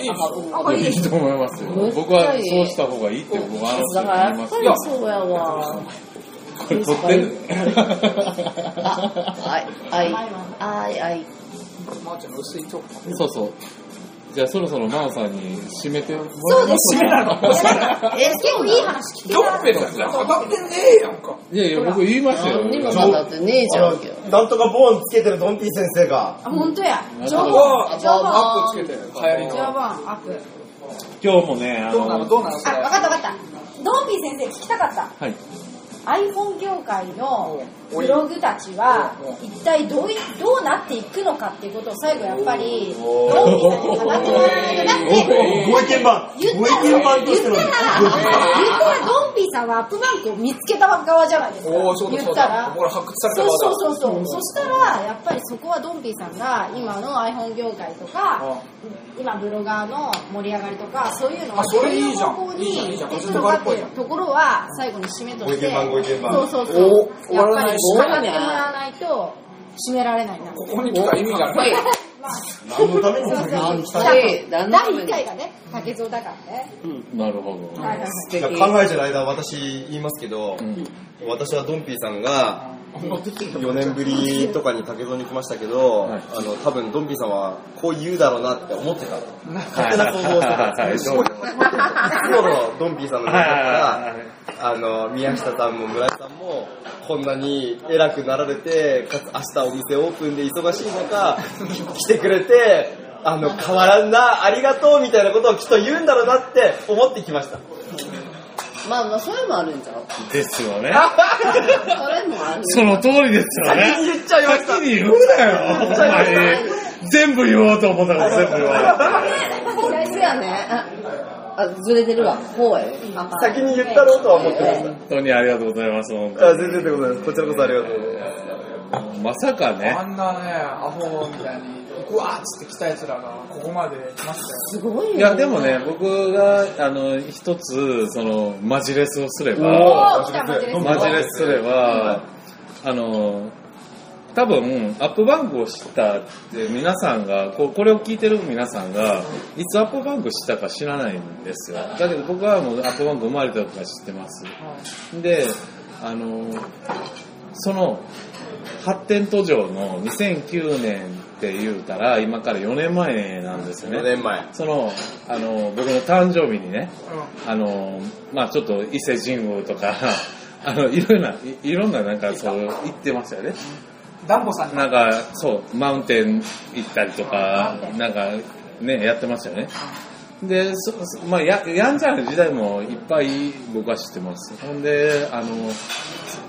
S4: え、赤
S1: あ
S4: が。
S1: これい
S5: い
S1: い
S5: いと思いますよ。
S4: めっちゃいい
S5: 僕はそうした方がいいって僕は
S4: だから
S5: 話
S4: やっ
S5: して
S4: ぱ
S5: い
S4: り
S5: ます
S4: そうやわ。
S5: よ。 これ撮ってる
S4: あ、あい、あい、あい、あい。
S2: マーちゃんの薄いチョコ
S5: そうそう。じゃあそろそろ真央さんに締めてもら
S1: そうです
S2: 締めな
S1: い
S2: の
S1: やなんかえ結構いい話聞け
S2: ド
S1: た
S2: ッペの綱当たってねえやんか。
S5: いやいや、僕言いましたよ。
S4: 何にもまだってねえじゃんけど。
S7: なんとかボーンつけてるドンピー先生が。
S1: あ本当や
S5: うん
S1: 情報
S2: おー
S1: 情報
S2: アップつけて、流行り
S1: 情
S2: の。
S1: 報アップ
S5: 今日もね、あ
S2: どうなの
S5: の、
S2: どうなのそ
S1: あ
S2: れ。
S1: 分かった分かったドンビー先生聞きたかった
S5: はい。
S1: iPhone 業界のブログたちは一体どういどうなっていくのかっていうことを最後やっぱりドンビーさんに語ってもらわないとだって
S7: ご意見番
S1: 言った
S7: ご
S1: ら
S7: 意見番としての。
S1: 言ったら言ったらドンビーさんはアップバンクを見つけた側じゃないですか
S2: おー、そうだ
S1: 言
S2: そ
S1: っ
S2: う
S1: た
S2: だ
S1: ら。
S2: 俺発掘された
S1: そう
S2: 側だ。
S1: そうそうそう、そしたらやっぱりそこはドンピーさんが今の iPhone 業界とか、今ブロガーの盛り上がりとかそういうのは
S2: あそ
S1: そう
S2: れい
S1: い
S2: いうじゃん
S1: 方向
S2: いいじゃんい
S1: に
S2: いじゃん
S1: 行くのかっていうところは最後に締めとして
S7: ご意見番ご意見番
S1: そうそうそう
S2: お
S1: やっぱり
S4: 終
S1: 語
S4: わ
S1: っても
S4: らない
S1: らわないと締められないな
S2: ここに来た意味がない。
S7: 何のために
S1: そうそう
S7: ここに来た
S4: んだ
S7: の
S1: 第
S4: 何のために
S1: 1回がね竹蔵だからね、
S5: なるほど。
S1: はいはいはい
S4: 素敵。
S3: いや考えてる間私言いますけど、
S5: ん
S3: 私はドンピーさんが4年ぶりとかに竹蔵に来ましたけど、
S5: はい
S3: あの多分ドンピーさんはこう言うだろうなって思ってた勝手な想像してたんですよ今日のドンピーさんの中からあの宮下さんも村井さんもこんなに偉くなられてかつ明日お店オープンで忙しい 中来てくれてあの変わらんなありがとうみたいなことをきっと言うんだろうなって思ってきました
S4: まあまあ、それもあるんじゃん。
S5: ですよね。
S4: それもある。
S5: その通りですよね。
S3: 先に言っちゃいました
S5: 先に言うなよ、お前。全部言おうと思ったから全部言われ
S4: 大事やね。あ、あずれてるわ。こうやね。あかん
S3: 先に言ったろうとは思ってました
S5: た。本当にありがとうございます、本
S3: あ全然でございます。こちらこそありがとうございます。
S5: 当にまさかね
S2: あ、んなね、アホみたいに、うわーっつって来た奴らが、ここまで来ました
S4: すごいよ。
S5: いやでもね、僕が、あの、一つ、その、マジレスをすれば、
S1: おお来たマジです
S5: マジレスすれば、あの、多分、アップバンクを知ったって皆さんが、ここれを聞いてる皆さんが、いつアップバンク知ったか知らないんですよ。だけど僕はもうアップバンク生まれた時から知ってます。で、あの、その、発展途上の2009年って言うたら、今から4年前なんですよね。
S3: 4年前。
S5: その、あの、僕の誕生日にね、
S2: よ。
S5: あの、まあちょっと伊勢神宮とか、 あの、いろんな、いいろんななんかそう、行ってましたよね。
S2: うん。ダンボさんが
S5: なんか、そう、マウンテン行ったりとか、なんか、ね、やってましたよね。で、そそまあや、やんちゃな時代もいっぱい僕は知ってます。ほんで、あの、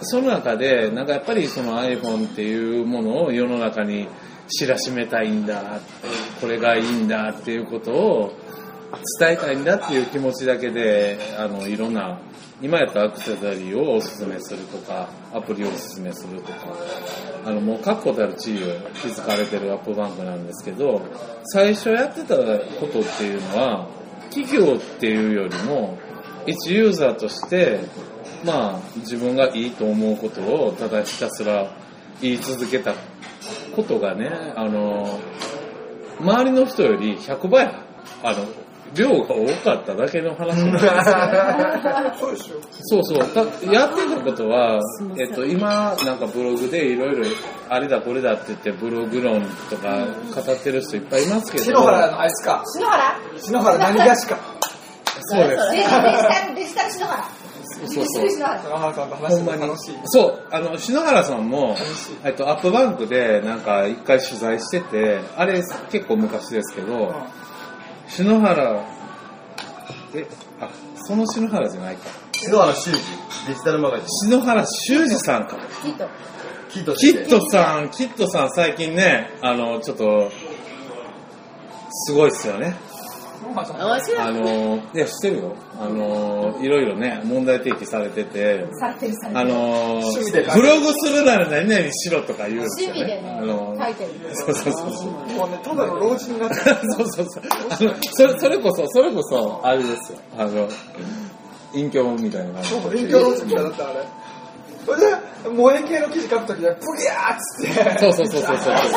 S5: その中で、なんかやっぱりその iPhone っていうものを世の中に知らしめたいんだって、これがいいんだっていうことを伝えたいんだっていう気持ちだけで、あの、いろんな、今やったアクセサリーをおすすめするとか、アプリをおすすめするとか、あの、もう確固たる地位を築かれてるアップバンクなんですけど、最初やってたことっていうのは、企業っていうよりも、一ユーザーとして、まあ、自分がいいと思うことをただひたすら言い続けたことがね、あの、周りの人より100倍、あの、量が多かっただけの話なんですよ。 そうそう。だやってたことは、えっと、今、なんかブログでいろいろ、あれだこれだって言って、ブログ論とか語ってる人いっぱいいますけど。
S2: 篠原のあいつか。
S1: 篠原
S2: 篠原何がしか。
S5: そうです。
S1: デジタルデジタル篠原
S5: そうそう
S1: デジタル篠原
S2: 篠原さんと話
S5: ほ
S2: し
S5: ん
S2: て
S5: ま
S2: て
S5: に
S2: 楽しい。。
S5: そう、あの、篠原さんも、えっと、アップバンクで、なんか、一回取材してて、あれ、結構昔ですけど、篠原、え、あ、その篠原じゃないか。
S3: 篠原修司、デジタルマガジン。
S5: 篠原修二さんか。
S1: きっと
S3: キッド
S5: キ
S3: し
S5: ッ
S3: て。
S5: トさん、キットさん最近ね、あの、ちょっと、すごいっすよね。
S4: 面白い。
S5: あの、いや、知ってるよ。あの、いろいろね、問題提起されてて、
S1: されてるされて
S5: あ
S1: る
S5: の
S2: 趣味で書いてる
S5: ブログするなら何々しろとか言うんです
S1: 趣
S5: よ、
S1: 味で
S5: ね。
S1: ね
S5: あの
S1: 書いてる
S5: そうそうそうそう。
S2: もうね、ただの老人になっちゃった。
S5: そうそうそう。あの、 それ、それこそ、それこそ、あれですよ。あの、隠居みたいな感じ
S2: そう、勉強老人みたいだった、あれ。それで、萌え系の記事書くときで、プギャーっつって、
S5: そうそうそうそうそう。
S2: 楽し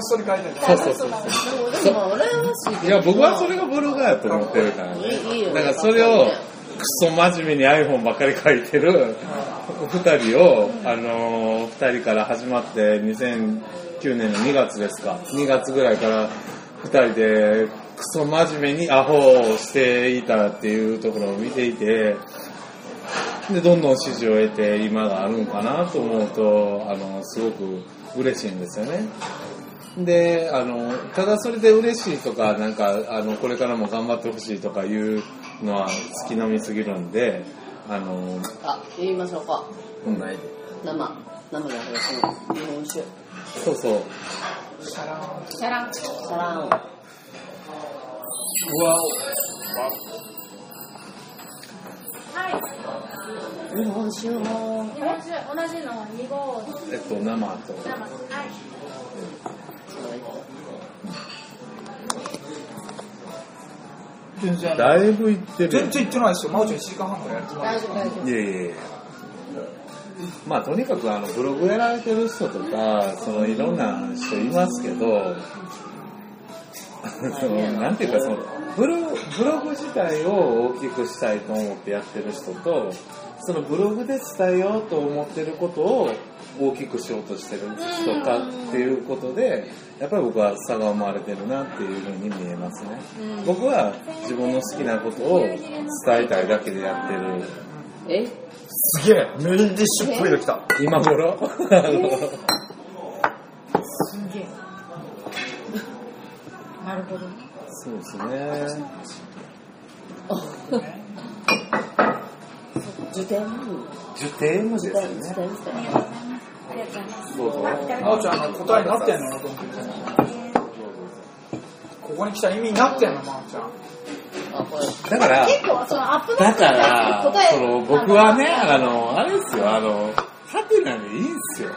S2: そうに書いてる。
S5: そうそうそう
S4: でも俺は知って
S5: いや、僕はそれがブロガーやと思ってるからね
S4: いいいい。よ
S5: だからそれを、クソ真面目に iPhone ばっかり書いてる二人を、あのー、二人から始まって2009年の2月ですか。2月ぐらいから二人でクソ真面目にアホをしていたっていうところを見ていて、で、どんどん支持を得て今があるのかなと思うと、あの、すごく嬉しいんですよね。で、あの、ただそれで嬉しいとか、なんか、あの、これからも頑張ってほしいとかいうのは好きなみすぎるんで、あの、
S4: あ、言いましょうか。
S5: うんない
S4: 生。生の話の日本酒。
S5: そうそう。
S4: シャラン。
S6: はい。
S4: 日本酒も。
S6: 日本酒、同じの2号
S5: えっと、生と。
S6: 生。はい。
S2: 全然。
S5: だいぶいってるよ
S2: 全然行ってないですよ。まおちゃん1時間半ぐらいやってない。
S4: 大丈夫、大丈夫。
S5: いやいやいやまあとにかくあのブログやられてる人とかそのいろんな人いますけどそのなんていうかそのブロブログ自体を大きくしたいと思ってやってる人とそのブログで伝えようと思ってることを大きくしようとしてる人かっていうことでやっぱり僕は差が生まれてるなっていうふうに見えますね僕は自分の好きなことを伝えたいだけでやってる
S4: え
S3: すげえメインディッシュっぽいの来た
S5: 今頃あの
S6: すげえ。なるほど。
S5: そうですね。
S4: 受験
S5: 受定文字
S4: 受
S5: で
S4: 験、
S5: す
S4: 受
S5: よ
S4: 験、
S5: ね。
S4: 受験。
S6: ありがとうございます。
S5: どうぞ。
S2: まおちゃんの答えになってんのなと思って。ここに来た意味になってんの、まおちゃん。
S4: あ、これ。
S5: だから、
S1: 結構、そのアップバ
S5: だ
S1: ンクに対
S5: から、
S1: す
S5: そ
S1: る答え
S5: の僕はね、あの、あれですよ、あの、ハテナでいいんすよ。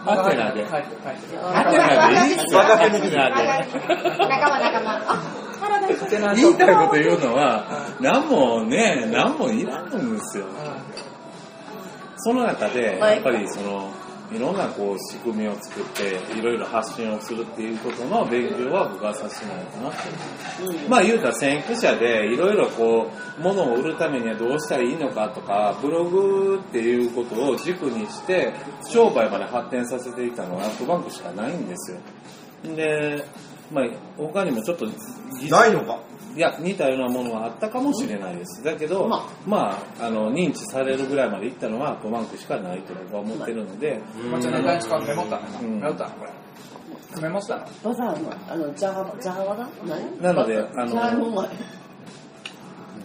S5: ハテナで。
S2: は
S5: ハ
S2: い、はい。
S5: テナでいいんすよ。ハテ
S1: 仲
S5: ナで。
S1: 間仲間。あ、原田
S2: ってな
S5: 言いたいこと言うのは、何もね、何もいらんんですよ。その中で、やっぱりその、いろんなこう仕組みを作って、いろいろ発信をするっていうことの勉強は僕はさせてもらったなとまあ言うたら先駆者でいろいろこう物を売るためにはどうしたらいいのかとかブログっていうことを軸にして商売まで発展させていたのはアップバンクしかないんですよでまあ他にもちょっと技術
S3: ないのか
S5: いや似たようなものはあったかもしれないですだけど、
S4: ま
S5: まあ、あの認知されるぐらいまでいったのはアップバンクしかないと僕は思ってるので、
S2: まおちゃんの大使館メモったの
S5: うん
S2: メモったのこれ。メモしたの
S4: バザーの、あの、ジャガ、ジャガだ何
S5: なのであの
S4: ジャガの前。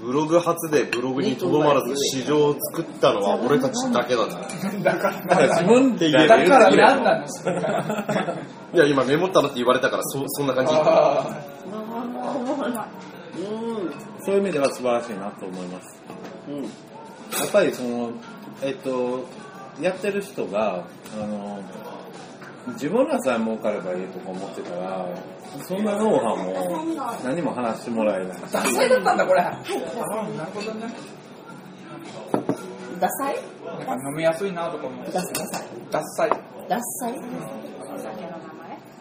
S7: ブログ初でブログにとどまらず市場を作ったのは俺たちだけなんだ
S2: だから、
S5: だから自分で言
S2: だ
S5: う
S2: から何なんですか
S7: いや今メモったのって言われたからそそんな感じ
S2: あ
S4: う
S5: そういう意味では素晴らしいなと思います
S4: ん。うん。
S5: やっぱりその、えっと、やってる人が、あの、自分らさえ儲かればいいとか思ってたら、そんなノウハウも何も話してもらえない。
S2: ーダサいだったんだ、これ。うんなるほどね。
S4: ダサい
S2: なんか飲みやすいなとか思って
S4: ダ。サいダサい。
S2: ダッサい。
S4: ダサい
S6: お酒の名前。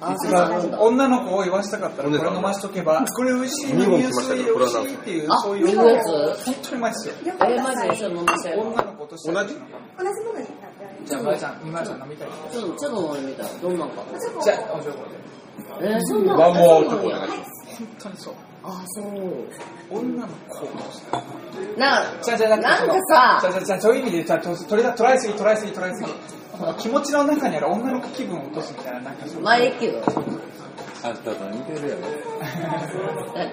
S4: あ、
S2: 一
S4: そうなん
S2: 番
S4: だ。
S2: 女の子を言わしたかったらこれ飲ましとけばこれ美味しい
S7: 二
S2: の
S7: 本
S2: 美
S7: 来
S2: 味
S7: まし
S2: したい
S7: けどこ
S2: 美味
S7: れは
S2: し
S7: 何
S2: いっていう
S4: あ
S2: そういう
S4: 二本やつ
S2: 本当にうまいっすよ
S4: え、マジでそれ飲みたい。
S2: 女の子としては
S7: 同じ
S1: 同じものになってある。
S2: じゃあまーちゃんまーちゃん飲みたい
S4: ちょっと、ちょっと飲んでみたい。どんなんか。
S2: じゃあお嬢子で
S4: えー、そんな
S7: ワンモア
S4: そうなんや
S7: 男
S2: 本当にそう
S4: あ、そう。
S2: 女の子
S4: な
S2: じゃあじゃあ
S4: なん
S2: か
S4: か
S2: じ
S4: さ
S2: ゃあじゃあじゃあそういう意味でさととりだトライすぎトライすぎトライすぎ気持ちの中にある女の子気分を落とすみたいななんかそう
S4: 前行けよ。
S5: あんたと似てるやろ。
S4: え、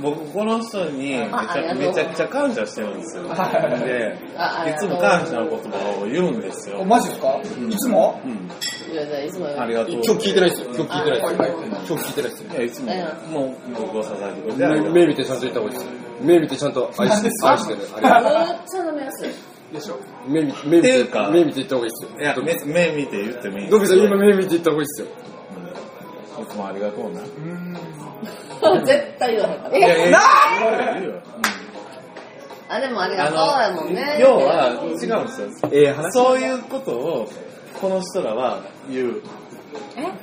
S5: 僕、この人にめち
S4: あありがと
S5: ゃ
S4: う
S5: めちゃくちゃ感謝してるんですよ。
S2: はい
S5: で、
S4: ああり
S5: い
S4: が
S5: つ
S4: とう
S5: も感謝の言葉を言うんです
S2: お
S5: よ。
S2: マジですか
S5: ん
S2: いつも
S5: うん、
S4: いやいや、いつも
S5: ありがとう。
S7: 今日聞いてないですよ今日聞いてない
S4: ああ
S7: です
S4: りが
S7: よ
S4: とう
S7: 今日聞いてないですよ
S5: いや、いつも、もう僕を支えてくれてありがとう
S7: 目見てちゃんと言った方がいいですよ目見てちゃんと愛して愛してるありがとう
S4: めっちゃ飲みやすい。
S2: でしょ
S7: 目見目見
S5: ってい
S7: て
S5: うか
S7: 目見て言った方がいいですよ
S5: いや、目目見て言ってもいい
S7: ドキさん今目見て言った方がいいですよ
S5: いつもありがとうな。
S2: うーん
S4: 絶対言わへんから。
S5: いやいやいいよ
S4: あ、でもありが
S5: あ
S4: とう
S5: の
S4: やもんね。
S5: 要は違うんですよ。
S7: ええ話
S5: そういうことをこの人らは言う。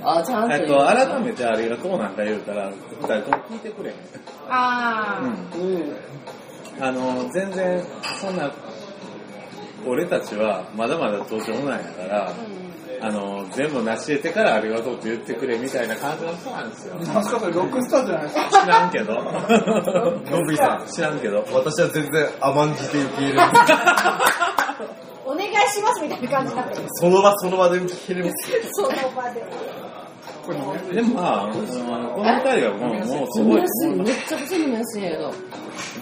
S4: あ、ちゃんと
S5: えっ
S4: 言
S5: と
S4: う。
S5: 改めてありがとうなんか言うから、二人とも聞いてくれへん。
S6: あー。
S4: うん。
S5: あの全然そんな俺たちはまだまだ途上なんやから、あの、全部成し得てからありがとうって言ってくれみたいな感じの人なん ですよ。
S2: なんすかそれロックスターじゃないですか
S5: 知らん けど。
S3: のんびりさん、
S5: 知らんけど。
S3: 私は全然甘んじて受け 入れる。
S1: お願いしますみたいな感じになってる。
S3: その場その場で受け入れます。
S1: その場で。
S5: でもまあ、あのこの二人はもう、もうすごい、
S4: 安い、めっちゃくちゃ飲みやすいんやけど。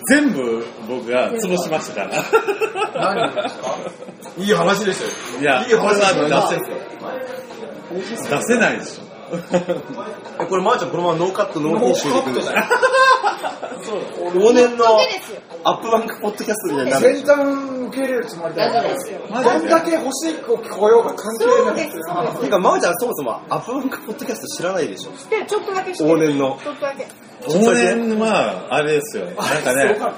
S5: 全部僕が潰しましたから。
S3: 何がですかいい話でし
S5: いや、
S3: いい話だ
S5: これは出
S3: 出せ
S5: せ出せないでしょ。
S3: ょ。えこれ、まーちゃん、このままノーカット、ノーフォークでいくんですか
S7: 往年の
S1: そうですよ。
S7: アップバンクポッドキャストみたいになる。
S2: 全然受け入れるつもりだ
S4: だから
S2: よ
S4: ですよ。
S2: どんだけ欲しい子来ようが関係
S1: そう
S2: ない
S1: です、そうです。
S7: てか、まおちゃんそもそもアップバンクポッドキャスト知らないでしょ
S1: で、ちょっとだけして
S7: 往年の。
S1: ちょっとだけ。
S5: 往年は、あれですよ。なんか
S2: すごかった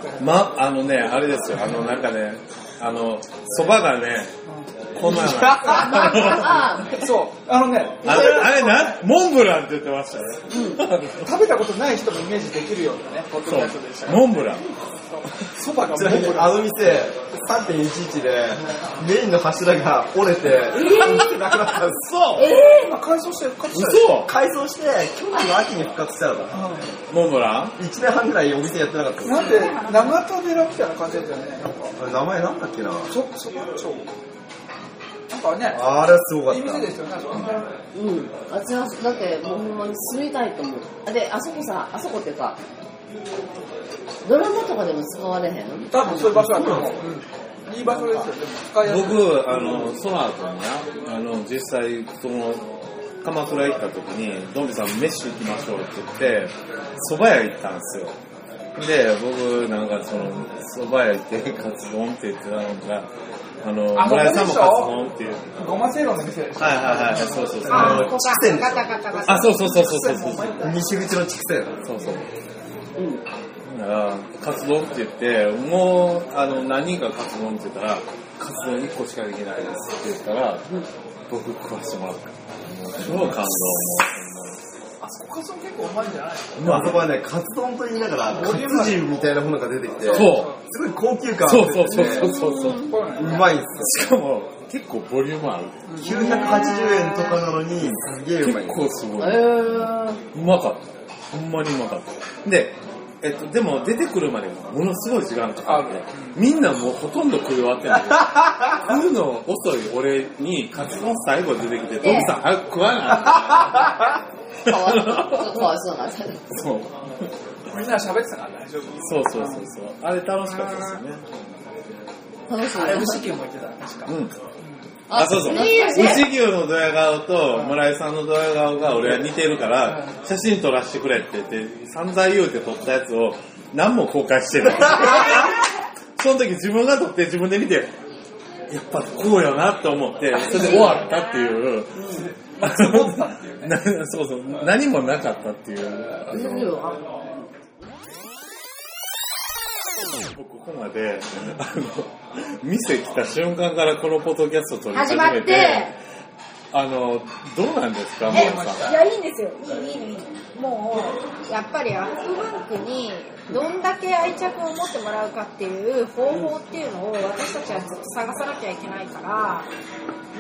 S2: ね
S5: ね、ま、あのね、あれですよ。あの、なんかね、あの、蕎麦がね、こんなの。あ
S4: あ
S2: そうあのね
S5: れ、あれな、モンブランって言ってましたね。
S2: 食べたことない人もイメージできるようなねポッドキ
S5: そ
S2: ャストでした
S5: う、モンブラン。
S2: そばがもう
S3: ちなみに、あの店、3.11で、メインの柱が折れて、なくなったんです。
S5: そう
S2: 今改装して復活した
S5: 嘘
S3: 改装して、去年の秋に復活したのか
S5: モンブラン
S3: な。1年半ぐらいお店やってなかったんで
S2: なんで長田寺みたいな感じだったよねなんか
S3: す。あれ名前なんだっけな
S2: そそば町なんかね
S3: あれはすごか
S2: いい
S3: った
S2: 店。ですよねあそこね
S4: うん。私は、だってもうほんまに住みたいと思う。で、あそこさ、あそこっていうか、ドラマとかでも使われへん
S2: 多分そういう場所だと思ううんいい場所ですよでも使いやすい
S5: 僕、あの、その後はな、あの、実際、その、鎌倉行った時に、ドンビさん飯行きましょうって言って、蕎麦屋行ったんですよ。で、僕、なんかその、蕎麦屋行って、カツ丼って言ってたのが、あの、
S2: あ
S5: 村井さんも
S2: ここでしょ
S5: カツ丼って言って
S2: ごませいろの店でした
S5: はいはいはい、そうそう
S1: あ、
S5: そう。
S1: こ
S5: あ、
S1: こが、ガタガタガタ。
S5: そうそうそうそうそうそう。
S3: 西口の地区線。
S5: そうそう。だから、カツ丼って言って、もう、あの、何人かカツ丼って言ったら、カツ丼1個しかできないですって言ったら、僕食わしてもらった。もう超感動。も
S2: あそこカツ丼結構うまいんじゃない
S3: まあそこはね、カツ丼と言いながら、カツ汁みたいなものが出てきて、
S5: う
S3: す
S5: そ
S3: ごい高級感
S5: う。
S3: あ
S5: そう
S3: っ
S5: そ
S3: て
S5: うそうそうそう。
S2: これね
S3: うまいんです
S5: しかも、結構ボリュームある。
S3: よ。980円とかなのに、すげえうまい
S5: 結。構すごい。
S4: の。え
S5: うまかった。ほんまにうまかった。で、えっと、でも出てくるまでものすごい時間かかって、みんなもうほとんど食い終わってない。食うの遅い俺にカツ丼最後出てきて、トムさん早く食わ
S4: ー、かわいそう。ち
S5: な
S4: ょっとかわいそうな。
S5: そう
S2: みんな喋ってたから大丈夫
S5: そうそうそうそう。あれ楽しかったですよね。
S4: 楽しい
S2: あ
S4: な
S2: れ牛木も言ってた確か
S5: うん。あ、そうそう。
S4: いいよね
S5: 牛牛のドヤ顔と村井さんのドヤ顔が俺は似てるから、写真撮らせてくれって言って、散々言うて撮ったやつを何も公開してない。その時自分が撮って自分で見て、やっぱこうよなって思って、それで終わったっていう。 なそうそう、何もなかったっていう。あ
S4: い
S5: の
S4: るよ
S5: 僕ここまで、あの、店来た瞬間からこのポッドキャスト撮り始
S1: 始ま
S5: め、
S1: って
S5: あの、どうなんですか、
S1: え、
S5: 皆さ
S1: いや、いいんですよ。いい、いい、いい。もう、やっぱりアップバンクに、どんだけ愛着を持ってもらうかっていう方法っていうのを私たちはずっと探さなきゃいけないから、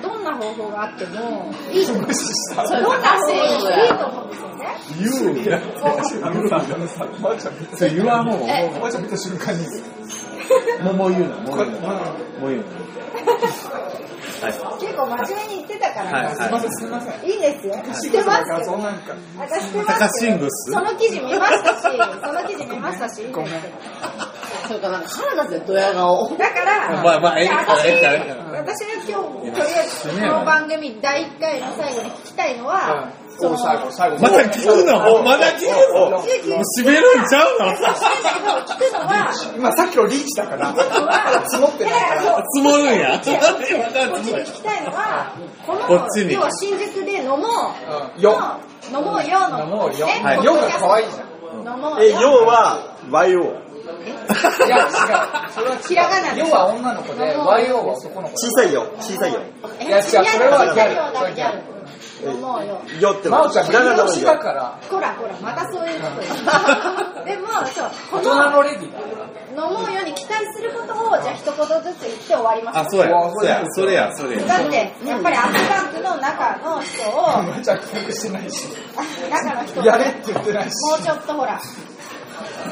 S1: どんな方法があってもいいと思うんですよ。どんな方法がいいと思うんですよね。
S5: ん。言うやん。
S2: あのさあのさまーちゃん見
S5: それ言わんもん。
S4: え
S2: まーちゃん見た瞬間に
S5: もうもう言うな、もう言うな。
S2: こ
S5: もう言うな。
S1: 結構真面目に言ってたから、
S5: はい
S2: すいませんすいません
S1: い、いんですよ。知ってます
S2: 画像
S1: よ。
S2: なんか
S1: 私知ってますよ。
S5: 高シングス
S1: その記事見ましたし、その記事見ましたし、いいんですよ。
S4: それかなんか腹立つよ、ドヤ顔。
S1: だから、
S5: まあまあええから
S1: 私
S5: ええからええか
S1: 私が今日、とりあえず、この番組第1回の最後に聞きたいのは、そ
S2: お
S1: の、
S2: 最後最後
S5: まだ聞くのまだ聞くの
S1: ゆうき
S5: もう
S1: が
S5: 閉めるんちゃうの
S1: 聞くのは、
S2: 今さっきのリーチだから積もって
S1: だ
S2: ない
S1: からそう、
S5: 積もるんや。
S1: 違う違うこっちに
S5: 積
S1: 聞きたいのは、この、
S5: こっちに
S1: 要は新宿で飲もう、
S2: うんよ
S1: 飲もうよの、
S2: 飲もうよ
S1: ね
S5: はい
S2: よが可愛いじゃん
S1: 飲もう
S7: え、
S1: よ。
S7: 要は、YO。
S2: いや違うそれは違う
S1: ひらがなで
S2: 要
S1: しょ
S2: は女の子で YO は男の子
S7: 小さいよ、小さいよ。
S1: え
S2: いや違うそれはギャル
S1: よがギャルうん飲もうよ。
S7: よって
S2: まおちゃん
S7: ひらが
S2: 右
S7: なの
S2: 押し
S7: よ
S2: だから
S1: こらこら、またそういうこと言うでも、そう、こ
S2: 大
S1: の
S2: 人のレディーだ
S1: ねの思うように期待することをじゃあ一言ずつ言って終わります
S5: あ、そうや、そうや、それや、それや。
S1: だってやっぱりアップバンクの中の人をあ
S2: 村ちゃん企画してないし、
S1: 中の人を
S2: やれって言ってないし。
S1: もうちょっとほら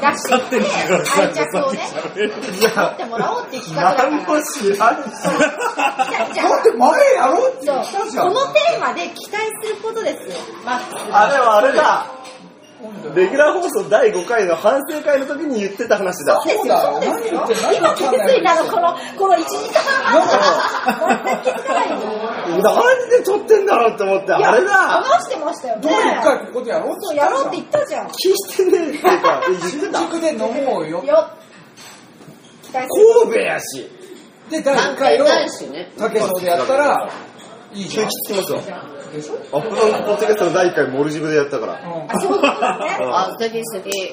S1: 出してい
S5: 勝
S1: っ
S5: 手
S1: て
S5: に黒沢
S1: 愛
S5: さん
S1: 着を
S5: が
S1: ね
S5: さっき喋る。
S1: 取ってもらおうっていう企画だから
S3: 何 も知らんし。
S1: じゃあじゃあ
S2: だって前やろうって言っ
S1: そ
S2: た
S1: う
S2: じゃ
S1: こ
S2: ん。
S1: のテーマで期待することですよまあ
S3: あ、でもあれだ。
S7: レギュラー放送第5回の反省会の時に言ってた話だ。
S2: そうだよ、何言ってんの
S1: 今気づいたのこのこの1時間 半
S2: なん
S1: 気づかないの
S7: なんで撮ってんだろうって思って、
S1: いや
S7: あれだ
S1: 話してましたよね
S2: どう一回こういうことやろう
S1: そうやろうって言ったじゃん
S7: 聞いてねえっていうか、言って
S2: 新
S7: た。
S2: 宿で飲もうよ。
S1: よ期待する
S7: 神戸やし。
S2: で、第1回を竹園でやったら、いいじ
S7: 急
S2: ゃん。
S7: に聞きますよ。
S2: でしょ
S7: アップダウンポッドキャストの第1回モルジブでやったから。
S2: うん
S1: あそういうことですね
S4: あ、素敵素敵。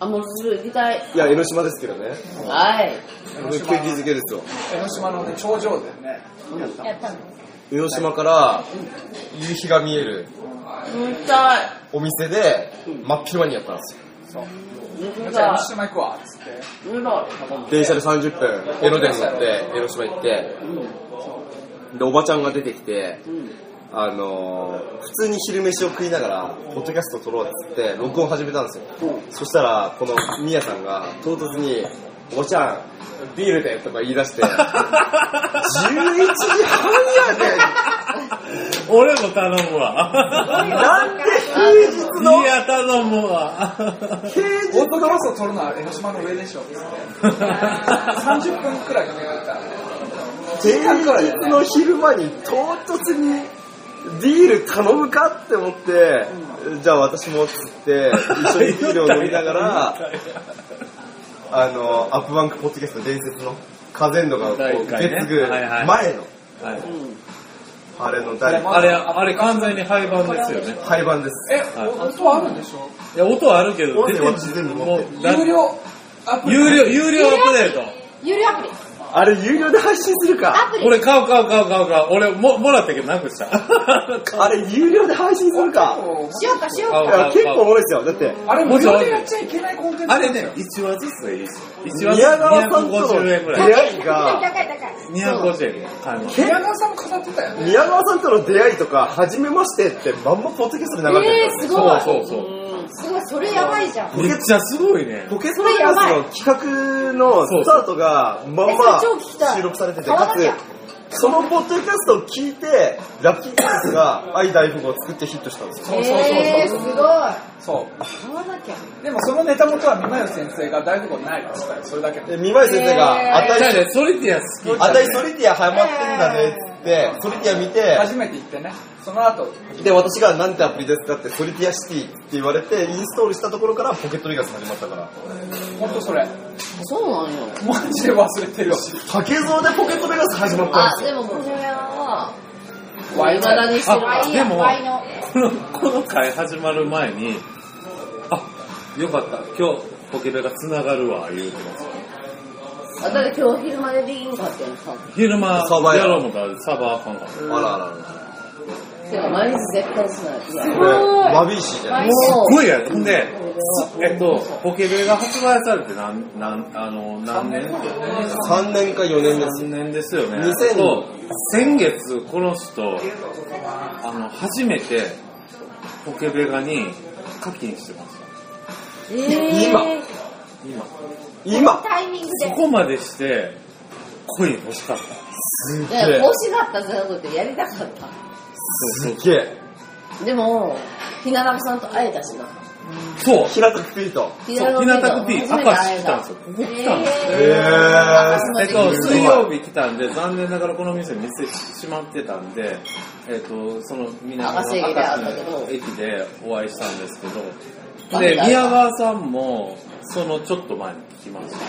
S4: あ、もうすぐ行きたい。
S7: いや、江ノ島ですけどね。
S4: はい。
S7: これ景気づけですよ。
S2: 江ノ島のね、頂上でね。
S1: やったの
S3: 江ノ島から夕日が見える
S4: 行きたい。
S3: お店で真っ昼間にやったんですよ。
S4: 行き
S2: じゃあ江
S4: た
S2: ノ
S4: い。
S2: 島行くわ、つって。
S4: 無駄。
S3: 電車で30分、江ノ電乗って、江ノ島行って、で、おばちゃんが出てきて、あのー、普通に昼飯を食いながら、ポッドキャスト撮ろうっつって、録音始めたんですよ。そしたら、このみやさんが、唐突に、おばちゃん、ビールでとか言い出して、11時半や
S5: 俺も頼むわ。
S3: でなんで休日
S5: いや、頼むわ。
S2: オートキャスト撮るのは江ノ島の上でしょ、つって。30分くらいかけてた。
S3: 平日の昼間に唐突にビール頼むかって思って、じゃあ私もっつって一緒にビールを飲みながらあのアップバンクポッドキャストの伝説の風ンドがこ
S5: 第
S3: う
S5: 一回
S3: 受
S5: ね
S3: け継ぐ
S5: はいはい
S3: 前の
S5: はい
S3: あれの第
S5: あれ、あれ完全に廃盤ですよね。
S3: 廃盤です
S2: え、
S5: はい
S2: 音あるんでしょ
S5: いや、音はあるけど、
S3: 音声は全部持
S5: も
S3: っ
S5: う
S3: てる、
S5: だ
S2: 有料アプリ。
S5: 有料、有料アップデート。
S1: 有料アプリ
S3: あれ有料で配信するか
S1: アプリ
S5: 俺買う買う買う買う買う。俺も、もらったけどなくした。
S3: あれ有料で配信するか
S1: しようかしよう
S5: 買
S1: か
S5: う
S3: いや
S5: 買う
S3: 結
S5: 買
S3: 構お
S5: う。
S3: もろいですよだって
S2: あれ無料でやっちゃいけないコンテンツ
S5: あ
S2: なんで
S5: れ
S2: す
S5: ね
S2: よ、
S5: 1話ずつでいいですよ。1
S3: 宮川さんとの
S5: 話ずつ250円ぐ
S3: 出
S5: らい。
S3: 会い
S1: 高い
S3: が
S1: 高い高い
S5: 250円で買います。
S2: 宮川さんも語ってたよね。
S3: 宮川さんとの出会いとか初めましてってまんまポッドキャストで流れてる
S1: え
S3: か
S1: ー、
S3: ら
S1: す
S5: そ
S1: ご
S5: う
S1: い
S5: そうそう。
S1: すごいそれやばいじゃん
S5: めっちゃすごいね。
S3: ポケットガラスの企画のスタートがまん
S1: え
S3: ま
S1: それ超聞きたい
S3: 収録されてて、
S1: 買わ
S3: か
S1: なきゃ
S3: つ、そのポッドキャストを聞いて、ラッキーキャスが愛大富豪を作ってヒットしたんですよ。
S2: そうそう
S1: えー、す
S2: そう
S1: ご
S2: そ。
S1: いう
S2: そう。
S1: 買わなきゃ
S2: でもそのネタ元は今よ先生が大富豪ないって言ったよそれだけで
S3: で、三前先生が、あ
S1: え
S5: じゃ
S3: た
S5: あ
S3: い、
S5: ね、ソリティア好き。
S3: あたいソリティアハマってんだねってって、ソリティア見て、
S2: 初めて行ってねその後
S3: で、私がなんてアプリですかって、ソリティアシティって言われて、インストールしたところからポケットリガス始まったから。
S2: 本当それ
S4: そうなんよ。
S2: マジで忘れてるし
S3: 竹蔵でポケットリガス始まったん
S4: あ、
S3: です
S4: で
S3: よ。
S4: もこれは、
S2: ワイ
S4: いまだにしてる
S5: あ
S1: 倍
S5: で
S1: や
S5: も
S1: 倍の
S5: この、この回始まる前に、あ、よかった、今日、ポケベが繋がるわ、言うてます。
S4: あ、だって今日昼までできんかったよ、さ。
S5: 昼間、
S3: サーバーや
S5: やろうもたらサーバーあかんかった。
S3: あらあらあら。
S4: てか毎日絶対しない。
S3: これ、わびいしじゃない
S5: すっ
S4: も
S5: ごいやんで、すえっと、ポケベルが発売されて何、何、あの、何年
S3: 3年か4年です。
S5: ?3 年ですよね。
S3: 2000
S5: と、先月、この人、あの、初めて、ポケベガに課金してました。
S4: う、え
S3: 今
S4: ー、
S5: 今。
S3: 今
S1: タイミング
S5: そ
S1: で
S5: こまでして、コイン欲しかった。
S4: いや欲しかったじゃなくて、やりたかった。
S3: すっげえ。
S4: でも、ひならぶさんと会えたしな。
S5: そう
S3: 平田クピーと。
S4: ひ
S5: そう、ひなたく P、赤知来たんですよ。ここ来たんですよ。
S3: へ
S1: え
S3: ぇ
S5: えっと、水曜日来たんで、残念ながらこの店、店閉まってたんで、えっと、その、皆
S4: 赤瀬駅で会ったけど
S5: の駅でお会いしたんですけど、
S4: あ
S5: で、
S4: あ
S5: 宮川さんも、そのちょっと前に来ましたね。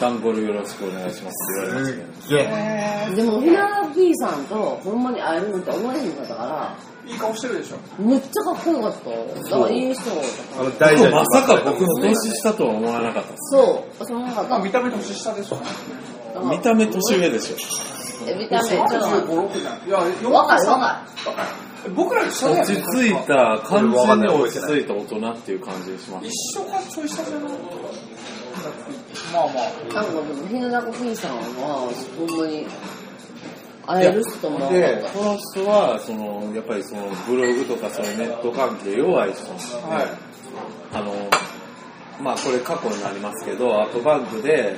S5: 段ボールよろしくお願いしますって言われましたけど。
S3: すっげえ。
S4: でも、ひなら P さんとほんまに会えるなんて思えへんかったか
S2: いい顔してるでしょ
S4: ら、めっちゃかっこよかったよ。だからいい人だった
S3: あの、大
S5: で
S3: 蛇
S5: もまさか僕の年下とは思わなかったです。
S4: そう、そのなかっ
S2: ま
S4: た
S2: あ。見た目年下でしょ
S5: 見た目年上でしょ。
S4: え見た目、ちょっと待っ
S2: 35、6じゃんいや
S4: て若い若い。
S2: 僕らより下だ
S5: 落
S2: よ
S5: ち
S2: ね
S5: 着いた、完全に落ち着いた大人っていう感じがします。
S2: 一緒かちょい下じゃないまあまあ。
S4: なんかでも、日向子兄さんは、ほんまに、会える人も、
S5: で、この人は、その、やっぱりそのブログとかそういうネット関係弱い人なんで、
S2: はい
S5: あの、まあこれ過去になりますけど、アップバンクで、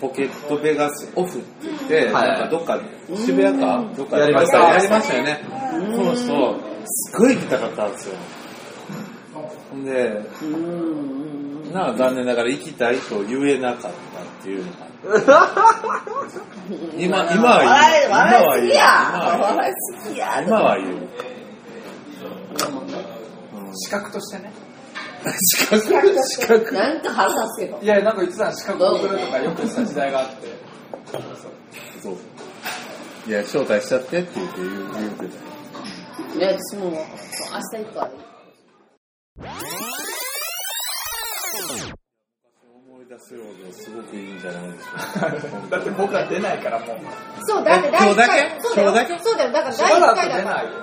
S5: ポケットベガスオフって言って、なんかどっか、渋谷か、どっかで開催やりましたよね。この人、すごい行きたかったんですよ。ほんで、なあ残念ながら行きたいと言えなかったっていうのが。今、今は言う。今は言う。今は言う。
S4: 好きや、
S5: 今は言う。
S2: 資格としてね。
S5: 資格、資格。
S4: なんか腹立つけど。
S2: いや、なんか言ってた資格を取るとかよく言ってた時代があって。
S5: そう。いや、招待しちゃってって言って言う言うてた。
S4: いや、私もう、明日行くわ。
S5: 思い出すようですごくいいんじゃないですか。
S2: だって僕は出ないからもう。
S1: そう、だって第一回。
S5: え
S1: そうだよ
S5: 今日だけ
S1: そうだよ、だから
S2: しば
S1: 第一
S2: らく
S1: 回
S2: 出
S1: だから。
S2: ないよ。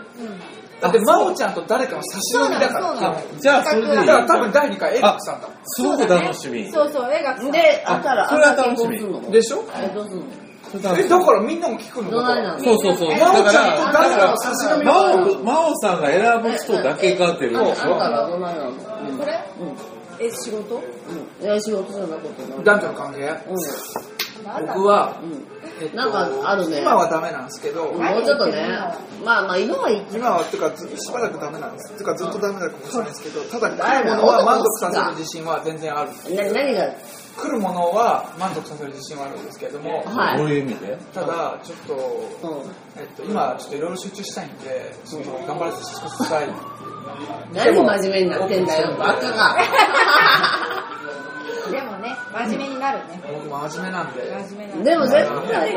S2: だって、真央ちゃんと誰かの差し飲みだから。
S1: そうなのそうな
S5: じゃあ、それでいい
S2: だ
S5: よ。
S2: から多分第2回、エリックさんだもん。
S5: すごく楽しみ。
S1: そうそう、映画。
S4: で、あったら、
S5: それは
S4: 朝
S5: 楽し
S4: どう
S5: み
S4: すんの
S2: でしょ
S4: え、どうすんの
S5: それ
S2: え、
S5: 楽し
S2: だからみんなも聞くの
S4: どないな
S2: だ
S4: の
S5: みそうそうそう。だ
S2: 真央
S5: か
S2: ちゃんと
S5: ら、
S2: 誰かの差し飲みだから。
S5: 真央、真央さんが選ぶ人だけが出る
S4: あ
S5: で
S4: ん
S5: したょ。
S4: らどないなの
S1: これ
S4: え、仕事うん。いや、仕事じゃなくてな。
S2: 男女の関係
S4: う
S2: 僕は、
S4: ん。うん。
S2: えっと
S4: なんかあるね
S2: 今はダメなんですけど、
S4: もうちょっとね、まあまあ、色はいいけど
S2: 今はっていうかずしばらくダメなんですっていうかずっとダメだかもしれないですけどただ来るものは満足させる自信は全然ある
S4: な何が、
S2: 来るものは満足させる自信はあるんですけれども
S5: ど
S4: は
S5: う
S4: い。
S5: いう意味 で
S2: ただちょっと、
S4: う
S2: えっと、今ちょっといろいろ集中したいんでちょっと頑張らせてください
S4: ん。何真面目になってんだよ、バカが。
S1: でもね、真面目になるね。
S2: 僕も真面目なんで
S1: 真面目な
S4: でも絶対、違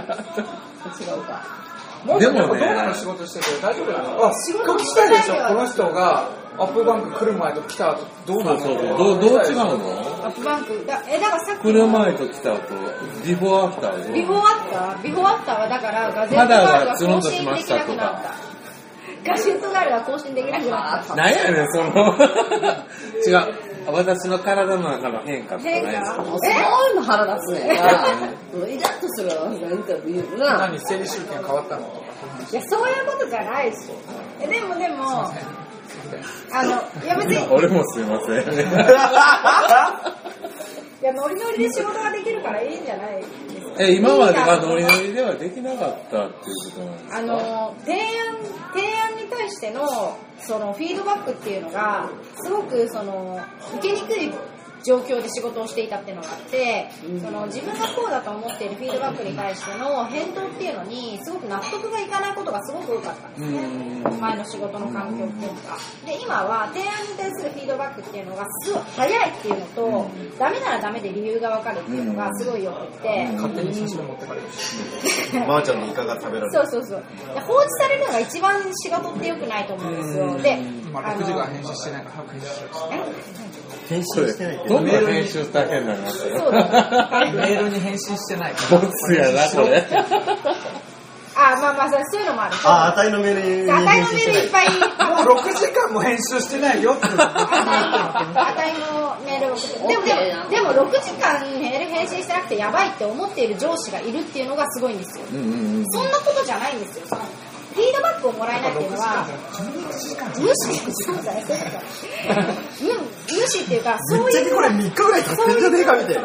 S4: うか。
S2: もう
S5: で
S2: で
S5: もね
S2: もどうなの仕事してて大丈夫なのあ仕事来たでしょこの人がアップバンク来る前と来た後どうな
S5: そ
S2: の
S5: うそうそう。どう、どう違うの
S1: アップバンク。だえ、だからさっき
S5: 来る前と来た後、ビフォーアフター
S1: ビフォーア
S5: で。
S1: フタービフォーアフターはだからガゼット
S5: 肌
S1: ガール
S5: が
S1: が
S5: ツル
S1: 更
S5: ンとし
S1: 新
S5: ま
S1: で
S5: し
S1: き
S5: た
S1: な
S5: と
S1: く
S5: か
S1: なった。ガゼットガールが更新できなくなった。
S5: なんやねん、その。 違う。私の体の中の変化とかない
S1: 変
S5: ですか
S1: 化
S4: もうそういうの腹立つねんな。もうイラッとするわ、なんか言うな。
S2: 何整理集権変わったのとか
S1: いや、そういうことじゃないし。え、でもでも、あの、いや別に、
S5: 俺もすいません。
S1: いや、ノリノリで仕事ができるからいいんじゃないですか。
S5: え、今まではノリノリではできなかったっていうことなんですか
S1: あの、提案、提案に対しての、その、フィードバックっていうのが、すごく、その、受けにくい状況で仕事をしていたっていうのがあって、その、自分がこうだと思っているフィードバックに対しての返答っていうのに、すごく納得がいかないことがすごく多かったんですね。前の仕事の環境っていうのが。で、今は、提案に対するフィードバックっていうのが、すごい早いっていうのと、ダメならダメで理由がわかるっていうのが、すごいよくって、
S2: 勝手に写真持ってかれるし
S7: まー、ちゃんのイカが食べられる
S1: そうそうそう。放置されるのが一番仕事って良くないと思うんですよ。で、
S2: 今
S1: あの
S2: 6時間編集してないから早く編集しよう
S7: 返信してないけ
S5: ど
S7: ど
S5: んな編集大変なのって。
S1: そうだ ね。
S2: メールに返信してないから
S5: ボツやな、これ。
S1: あ、まあまあ、そういうのもある。
S7: ああたいのメールに
S1: あたい
S7: 返
S1: の
S7: 信
S1: メ
S7: し
S1: ー
S7: て
S1: ル
S7: ない
S1: いっ ぱい、
S2: もう6時間も編集してないよって
S1: あたいのメールを送って。でも、でも、でも6時間メール返信してなくてやばいって思っている上司がいるっていうのがすごいんですよ。
S5: うんうんうん。
S1: そんなことじゃないんですよ。そのフィードバックをもらえないっていうのは、無視したんじゃないですか。無無視って いうか、そういう。
S7: 3日ぐらい経
S1: そういうその提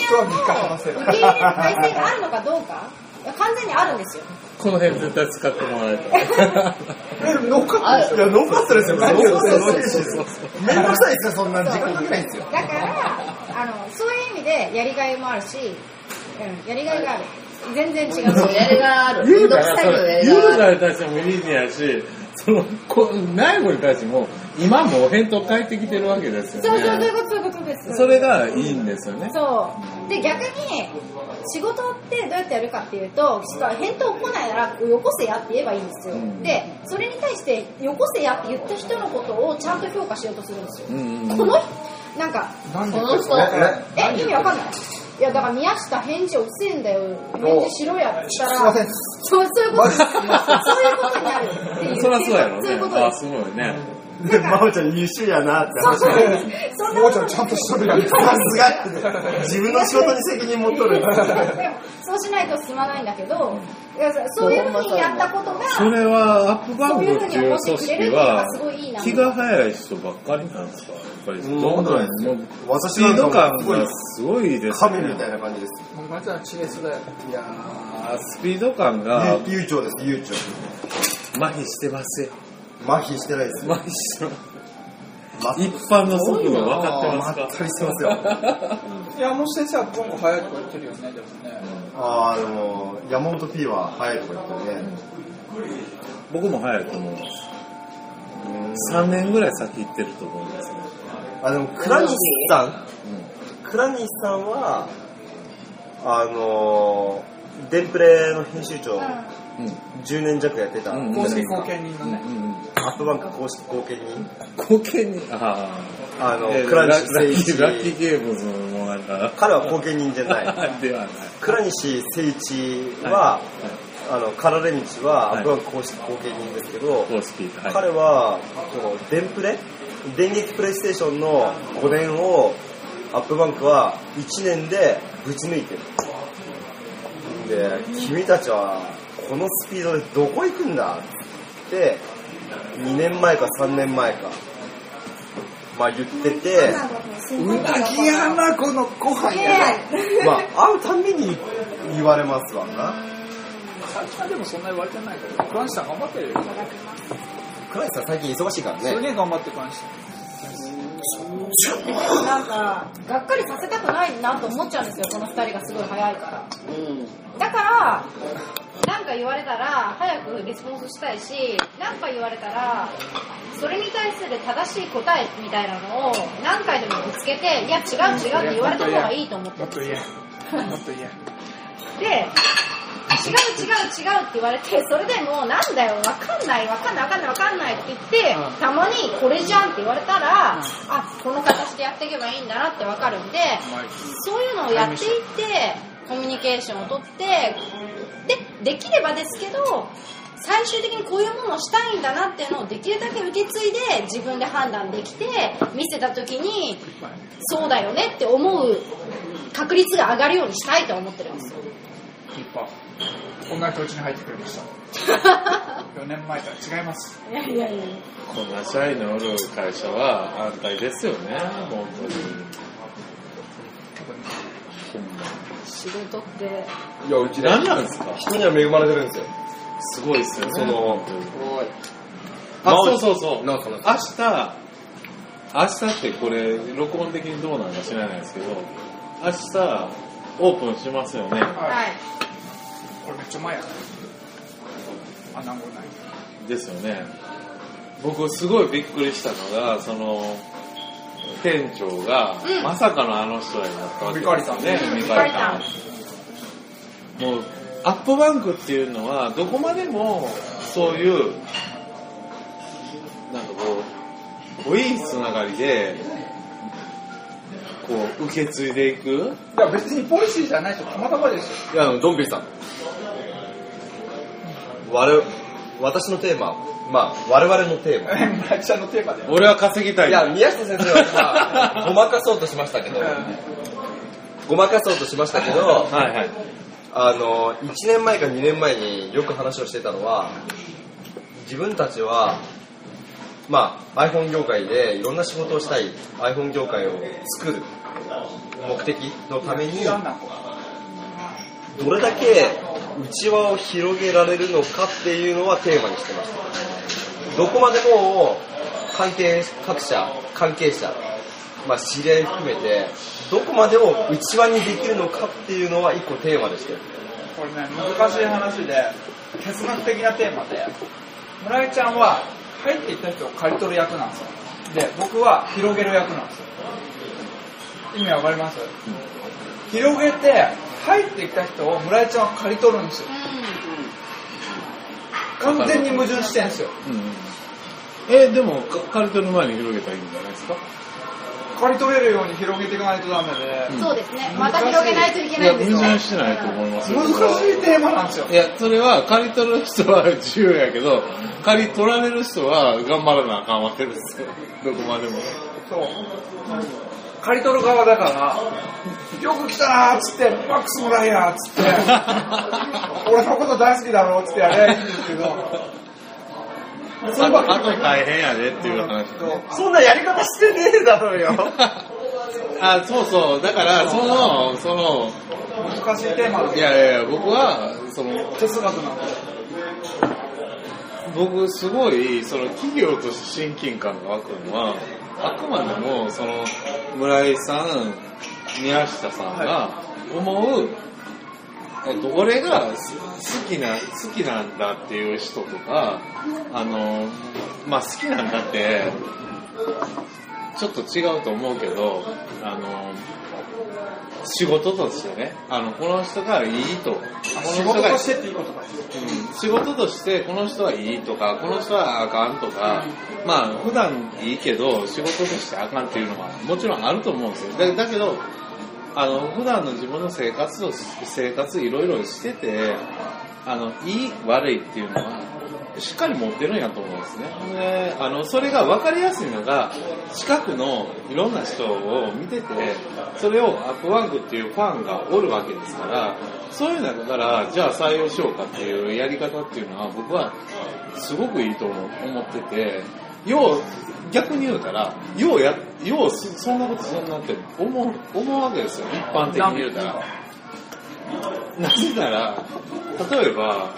S1: 案の
S2: 話せ
S1: 受
S2: る
S1: け入れる体制があるのかどうか、いや完全にあるんですよ。
S5: この辺絶対使ってもらえた。
S2: 乗っかって
S7: いや、ノーカットですよ。ノーカットですよ。
S5: そうそう。
S7: めんどくさいですよ、そんな時間かけないんですよ。
S1: だから、あの、そういう意味でやりがいもあるし、うん、やりがいがある。全然違
S4: そう
S1: う。
S4: やりがある。
S5: 言
S4: め
S5: うん
S4: どく
S5: だ
S4: さいけ
S5: そ
S4: ど
S5: れ
S4: やり
S5: 言う
S4: があ
S5: な
S4: る。
S5: に対しても理事やし、その、こ内部に対しても、今もう返答返ってきてるわけです
S1: そうそう、そ
S5: よ
S1: ういうこ
S5: ね。
S1: と、そういうことです。
S5: それがいいんですよね。
S1: そう。で、逆に、仕事ってどうやってやるかっていうと、返答来ないなら、よこせやって言えばいいんですよ。で、それに対して、よこせやって言った人のことをちゃんと評価しようとするんですよ。
S5: うんうん
S1: この人、なんか、
S2: なん
S4: この人、
S1: え、意味わかんないいや、だから宮下返事遅えんだよ。返事しろやって言ったら。
S2: すいません
S1: そう、そういうこと。そういうことになるっていう。
S5: そりゃそうやろ
S1: そういう
S5: ね
S1: こ。と
S5: あ、
S1: です
S5: す。ごいね。
S7: で、真央ちゃん優秀やなって話
S1: そうそんな
S8: もうちゃんちゃんとしとるやん。
S7: さすがって、自分の仕事に責任持っとる。
S1: でもそうしないと進まないんだけど、いやそういうふうにやったことが、
S5: それはアップバンドっていう組織は
S1: そういうふうに思ってくれるっていうのがすごいいいな
S5: 気が早い人ばっかりなんですかやっぱり
S7: うん
S5: どんどんもうス
S7: 私
S5: ピ
S7: な
S5: ー
S7: んか
S5: ド感
S7: もうすごい
S5: がすごいです
S7: 神みたいな感じです。
S2: もうまずはチレスだよ。いや
S5: あースピード感が
S7: ゆ悠長です、悠長。
S5: 麻痺してますよ
S7: 麻痺してないです。
S5: 麻痺してます
S7: ま
S5: 一般の速度分かって
S7: ま
S5: ま
S7: っ
S5: す
S7: た
S5: か
S7: りしてますよ。
S2: ーいや、もし先生は今後早いとか言ってるよね、でもね。
S7: あー、でも、山本 P は早いとか言ってるね。
S5: 僕も早いと思います
S7: うん
S5: 3年ぐらい先行ってると思いますね
S7: あでも倉西さん、倉西さんはあのーデンプレの編集長、10年弱やってた、
S5: うん
S2: 公式貢献人のね。
S7: アップバンク公式後見人
S5: 貢献にあ
S7: あ
S5: あ、
S7: の、
S5: えーラ
S7: 倉
S5: ラ
S7: 西誠
S5: ッキーラッキ
S7: 一
S5: ーゲームズのなんか
S7: 彼は後見人じゃない
S5: ではない
S7: 倉西誠一は、あのかられ道はア
S5: はい
S7: ップバンク公式後見人ですけど、
S5: 公式はい
S7: 彼はこう電プレ電撃プレイステーションの5年をアップバンクは1年でぶち抜いてるで君たちはこのスピードでどこ行くんだって2年前か3年前かまあ言ってて
S8: うなぎ山このご飯やばい。
S7: まあ会うたんびに言われますわな
S2: 最近はでもそんな言われてないけど、クランシさん頑張ってるよ。
S7: 倉石さん最近忙しいから
S2: す
S7: ね
S2: げえ頑張ってクランシさん。
S1: なんか、がっかりさせたくないなと思っちゃうんですよ、この二人がすごい早いから。だから、なんか言われたら、早くレスポンスしたいし、なんか言われたら、それに対する正しい答えみたいなのを何回でもぶつけて、いや、違う違うって言われた方がいいと思って
S2: もっと言え。もっと言え。
S1: で、違う違う違うって言われて、それでもうなんだよ、わかんない、わかんない、わかんない、わかんないって言って、
S2: うん
S1: たまにこれじゃんって言われたら、あ、この形でやっていけばいいんだなってわかるんで、そういうのをやっていって、コミュニケーションをとって、で、できればですけど、最終的にこういうものをしたいんだなっていうのをできるだけ受け継いで自分で判断できて見せた時にそうだよねって思う確率が上がるようにしたいと思ってるんですよ
S2: キーパー。こんな人うちに入ってくれました。4年 前とは違います。
S1: いやいやいやいや
S5: こんな社員のおる会社は安泰ですよね本当に
S1: 仕事って
S3: いや、うちね、
S5: 何なんですか
S3: 人には恵まれてるんですよ。
S5: すごいっすよね
S3: その
S5: あ
S3: まあ
S5: そうそうそう
S3: なんかなん
S5: 明日明日ってこれ録音的にどうなのか知らないですけど明日オープンしますよね
S2: は
S1: はい
S2: い。これめっちゃ前やな。あ、なんもない。
S5: ですよね僕すごいびっくりしたのがその店長が、
S1: うん
S5: まさかのあの人やなったわけですよね
S1: うん
S5: ミカリさんもうアップバンクっていうのはどこまでもそういうなんかこうこういいつながりでこう受け継いでいく
S2: いや、別にポリシーじゃない人、たまたまですよ。
S3: いや、あのドンビリさん。我、私のテーマ、まあ、我々のテーマ。
S2: 村木さんのテーマで。
S5: 俺は稼ぎたい
S3: いや、宮下先生はさ、ごまかそうとしましたけど、ごまかそうとしましたけど、
S5: はいはい
S3: あの、1年前か2年前によく話をしてたのは、自分たちは、まあ、iPhone 業界でいろんな仕事をしたい、iPhone 業界を作る目的のために、
S2: 知らんな、こ
S3: どれだけ内輪を広げられるのかっていうのはテーマにしてましたどこまでも関係各社関係者、まあ、知り合い含めてどこまでも内輪にできるのかっていうのは一個テーマでしてる
S2: これね、難しい話で、哲学的なテーマで、村井ちゃんは入っていった人を刈り取る役なんですよ。で、僕は広げる役なんですよ。意味わかります、広げて、入っていった人を村井ちゃんは刈り取るんですよ。完全に矛盾してんですよ。
S5: うんえでもかカルテの前に広げたらいいんじゃないですか
S8: 刈り取れるように広げていかないとダメで、
S1: そうですね。また広げないといけ
S5: い
S1: ない
S5: や、
S1: んで
S5: 矛
S1: すよね。
S5: 盾しないと思いますよ。
S8: 難しいテーマなんですよ。
S5: いや、それは、借り取る人は自由やけど、借り取られる人は頑張らなあかんわけですよ。どこまでも。
S8: そう。刈り取る側だから、よく来たなーっつって、マックスもらえやーっつって、 俺のこと大好きだろーっつってやればいいんですけど、
S5: あと、あと大変やでっていう話。
S8: そんなやり方してねえだろうよ。
S5: あ、そうそう。だから、その、その、
S8: 難しいテーマ
S5: い
S8: で、
S5: やいやいや、僕は、その、
S8: 哲学なんで。
S5: 僕すごいその企業として親近感が湧くのはあくまでもその村井さん宮下さんが思う、えっと、俺がす好きな好きなんだっていう人とかあのまあ好きなんだってちょっと違うと思うけどあの仕事としてねあのこの人がいいとこの
S8: 仕
S5: 人
S8: 事
S5: が
S8: としてっていいことか。
S5: 仕事としてこの人はいいとかこの人はあかんとか、まあ普段いいけど仕事としてあかんっていうのはもちろんあると思うんですよだだけどあの普段の自分の生活と生活いろいろしててあのいい悪いっていうのはしっかり持ってるんやと思うんですねであのそれが分かりやすいのが近くのいろんな人を見ててそれをアップワンクっていうファンがおるわけですからそういう中からじゃあ採用しようかっていうやり方っていうのは僕はすごくいいと思思っててよう逆に言うたらようやようそそんなことそんなって思う思うわけですよ一般的に言うたら。なぜなら、例えば、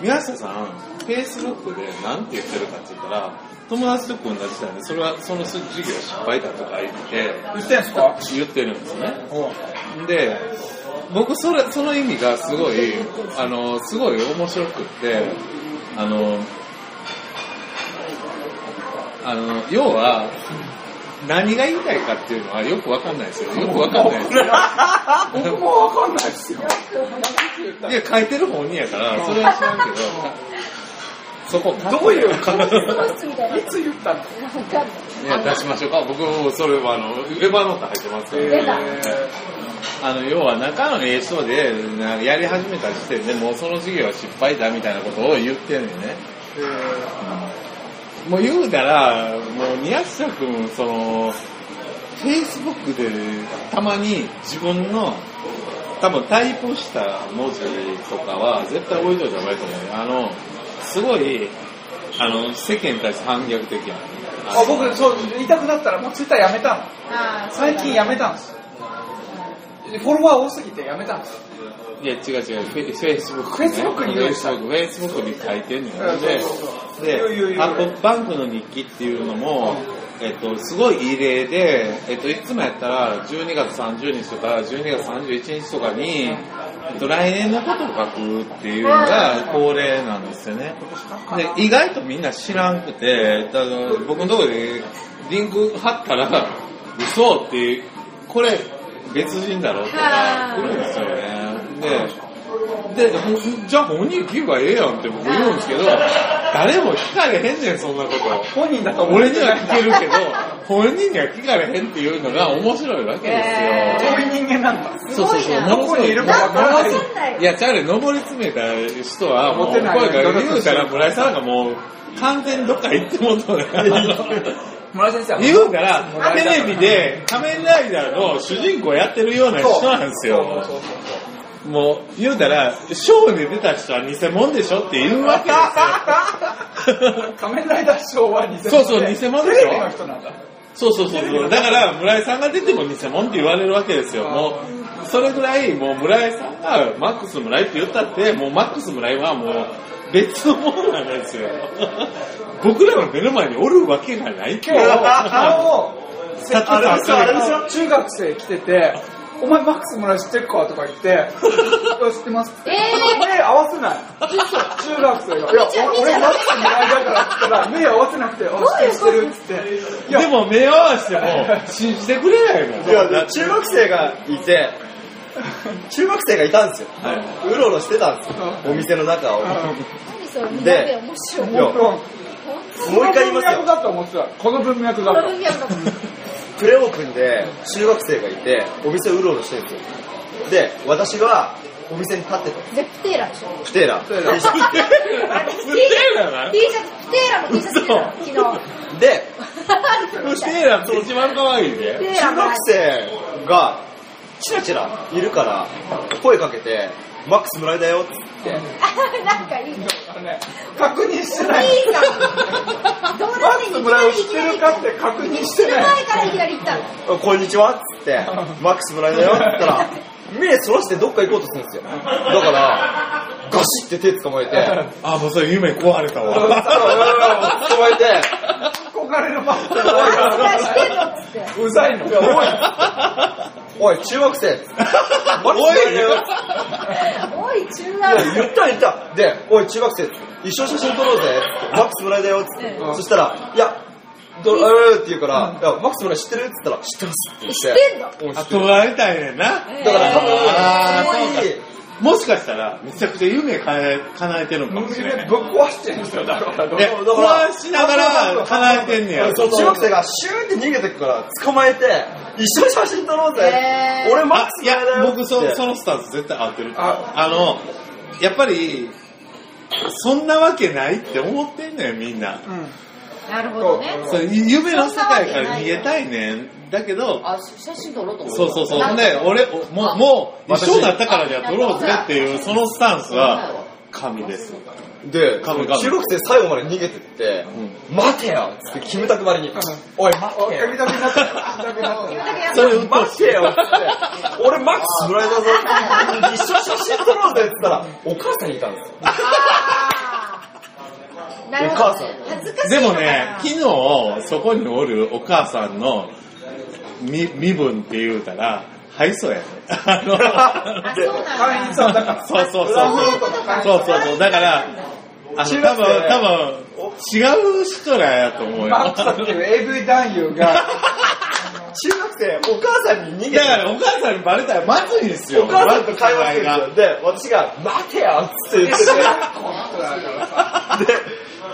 S5: 宮下さん、Facebook で何て言ってるかって言ったら、友達と組んだ時点で、それは、その授業失敗だとか言って、
S8: 言ってんすか
S5: 言ってるんですね。で、僕それ、その意味がすごい、あの、すごい面白くって、あの、あの、要は、何が言いたいかっていうのはよくわかんないですよ。よくわかんないです よ。
S8: 僕もわかんないですよ。
S5: いや、書いてる本人やから、それは知らん けど、そこ、ど
S8: ういう
S1: 質みたいな。いつ言ったの
S5: いや、出しましょうか。僕、それは、あの、レバーノート入ってますから、
S1: 出た。
S5: あの、要は、仲のええ人で、なやり始めた時点で、もうその授業は失敗だ、みたいなことを言ってるんよね。もう言うたら、もう、宮下くん、その、Facebook で、たまに自分の、多分タイプした文字とかは、絶対置いといた方がいいと思うよ。あの、すごい、あの、世間に対して反逆的やん。
S8: あ僕、そう、言いたくなったらもうツイッターやめたの。
S1: あーそうだ
S8: 最近やめたんです。でフォロワー多すぎてやめたんです。
S5: いや、違う違う、フェフェイスブック。
S8: Facebook に言うんで
S5: フェイスブックに書いてんのよ。
S8: そう
S5: で
S8: そうそう、言う言う
S5: で
S8: 言う
S5: アップバンクの日記っていうのも、えっと、すごい異例で、えっと、いつもやったら、12月30日とか、12月31日とかに、えっと、来年のことを書くっていうのが恒例なんですよね。で、意外とみんな知らんくて、だから僕のところでリンク貼ったら、嘘っていう、これ、別人だろとか、来るんですよね。で、で、ほじゃあ本人聞けばええやんって僕言うんですけど、誰も聞かれへんねん、そんなこと。
S8: 本人だと思う
S5: 俺には聞けるけど、本人には聞かれへんっていうのが面白いわけですよ。
S8: そういう人間なんだ。
S1: すごいな。
S8: どこにいるかわからない。
S5: いや、ちゃうね、登り詰めた人は、もう、
S8: 持て
S5: 声
S8: ない
S5: が言うたら村井さんがもう、完全にどっか行ってもうとね。
S8: 村井先生は
S5: 言うから、テレビで仮面ライダーの主人公やってるような人なんですよ。もう、言うたら、ショーに出た人は偽物でしょって言うわけです よ。
S8: 仮面ライダー賞は偽物で
S5: そうそう偽物でし
S8: テ
S5: ょ
S8: レビの人なんだ。
S5: そうそうそうそう。だから、村井さんが出ても偽物って言われるわけですよ。もう、それぐらい、もう村井さんがマックス村井って言ったって、もうマックス村井はもう別のものなんですよ。 僕らの目の前におるわけがないけ
S8: 今
S5: ど。
S8: 日、顔を、せ
S5: さっきと
S8: あれでしょ
S5: 明
S8: あ
S5: るい
S8: れでしょ中学生来てて、お前マックス村井知ってるかとか言って、うん知ってますって。
S1: え
S8: 目合わせない。中学生が。いや、俺俺マックス村井だからって言ったら、目合わせなくて、あ、知ってる知ってるって言って。いや
S5: でも目合わせても信じてくれないもん。
S3: いや、で中学生がいて、中学生がいたんですよ。うろうろしてたんですよ。お店の中を。
S1: 何それ、みんな
S3: で
S1: で面白い。
S3: いやもう一回言いま
S8: こ
S3: す
S8: の文脈
S3: よ。
S8: だと思ってた。この文脈だ
S1: この
S8: と。
S1: 分野の
S3: プレオープンで中学生がいて、お店をうろうろしてるんですよ。で、私がお店に立ってたんです
S1: で、プテーラでしょ。
S3: プテーラ。で
S1: 私 T シャツ、T シャツ、プテーラの T シャツ着てた、昨日。
S3: で、
S5: プテーラって一番可愛い
S1: プ
S5: で。
S1: テーラ
S3: 中
S1: も
S3: 学生がチラチラいるから、声かけて、マックス村井だよって言って、
S1: なんかいいね。
S8: 確認してない
S1: いいかも。どう
S8: マ
S1: し
S8: ッ
S1: てい
S8: クス
S1: きな
S8: 村井を
S1: り、
S8: 知
S1: い
S8: っ
S1: き
S8: て
S1: な
S8: る
S1: り。
S8: かって確認し
S1: 知
S8: て
S1: ら
S8: ない
S1: ないからいきなり行ったの。
S3: こんにちはっつって、マックス村井だよって言っ たら、目そらしてどっか行こうとするんですよ。だから、ガシって手掴まえて、
S5: あ、もうそれ夢壊れた
S3: 捕ま
S5: わ。
S3: えて、
S8: 憧れのマックス
S1: あ
S8: 村井
S1: いつらしてんのっつって。
S8: うざいの
S3: いやおい、おい、中学生、おい、
S1: おい、中学
S3: いや、言った言った。で、おい、中学生、一緒に写真撮ろうぜ。マックス村井だよ。つってそしたら、いや、どうえーって言うから、いや、マックス村井知ってるって言ったら、知ってますって言
S1: 生。
S3: って。
S1: してんの
S3: おい知
S5: あ、
S3: ってる
S5: 取られたいねんな。
S3: だから多分、
S5: あー
S3: ここに
S5: もしかしたら、めちゃくちゃ夢かえ叶えてるのかもしれない。
S8: ぶっ壊してるんですよだから
S5: いや、
S3: だ
S5: 不
S3: から
S5: 安しながら叶えてんねや。
S3: そう中学生がシューンって逃げてくから、捕まえて、一緒に写真撮ろうぜ。
S1: へー
S3: 俺、マッ
S5: あ
S3: クス
S5: いや
S3: 村井だよ。
S5: 僕そ
S3: って
S5: そのスタンス絶対合ってるあ
S8: あ
S5: のやっぱりそんなわけないって思ってんねんみんな、
S1: なるほどね。
S5: そう夢の世界から逃げたいねんだけど
S4: あ、写真撮ろうと思
S5: そうそうそうほんで俺おも
S4: あ
S5: うもう一
S3: 私
S5: 緒になったからには取ろうぜっていうそのスタンスは神です
S3: で、
S5: カ
S3: 中
S5: ブカブ
S3: 学生最後まで逃げてって、待てよっつって、キムタクばりに、おい、待てよ。
S8: 追っかけたくなった追っかけたくなった
S1: だけやっ
S5: それうっとう
S3: 待
S5: しい
S3: てよっつって、俺マックス村井だぞって、一緒に写真撮ろうぜって言ったら、お母さんいたんですよ。
S1: たなるほど。
S3: お母さん
S1: 恥ずかしい
S5: で
S1: のか
S5: も
S1: な。
S5: ね昨日そこにおるお母さんの身身分って言うたら敗訴やねあの
S1: あ、そうなんだ。
S8: 会員さんだから
S5: そうそうそう
S1: そういうことか
S5: そうそうそう。だから、あの、多
S3: 中
S5: 分、
S3: 学生
S5: 多分、違う人らやと思うよ。
S8: マックスっていう AV 男優が
S3: 中学生、お母さんに逃げて
S5: だから、お母さんにバレたらまずいんですよ。
S3: お母さんと会話してるんで
S5: お前が
S3: すよ。で、私が、待てよっつって言ってて、で、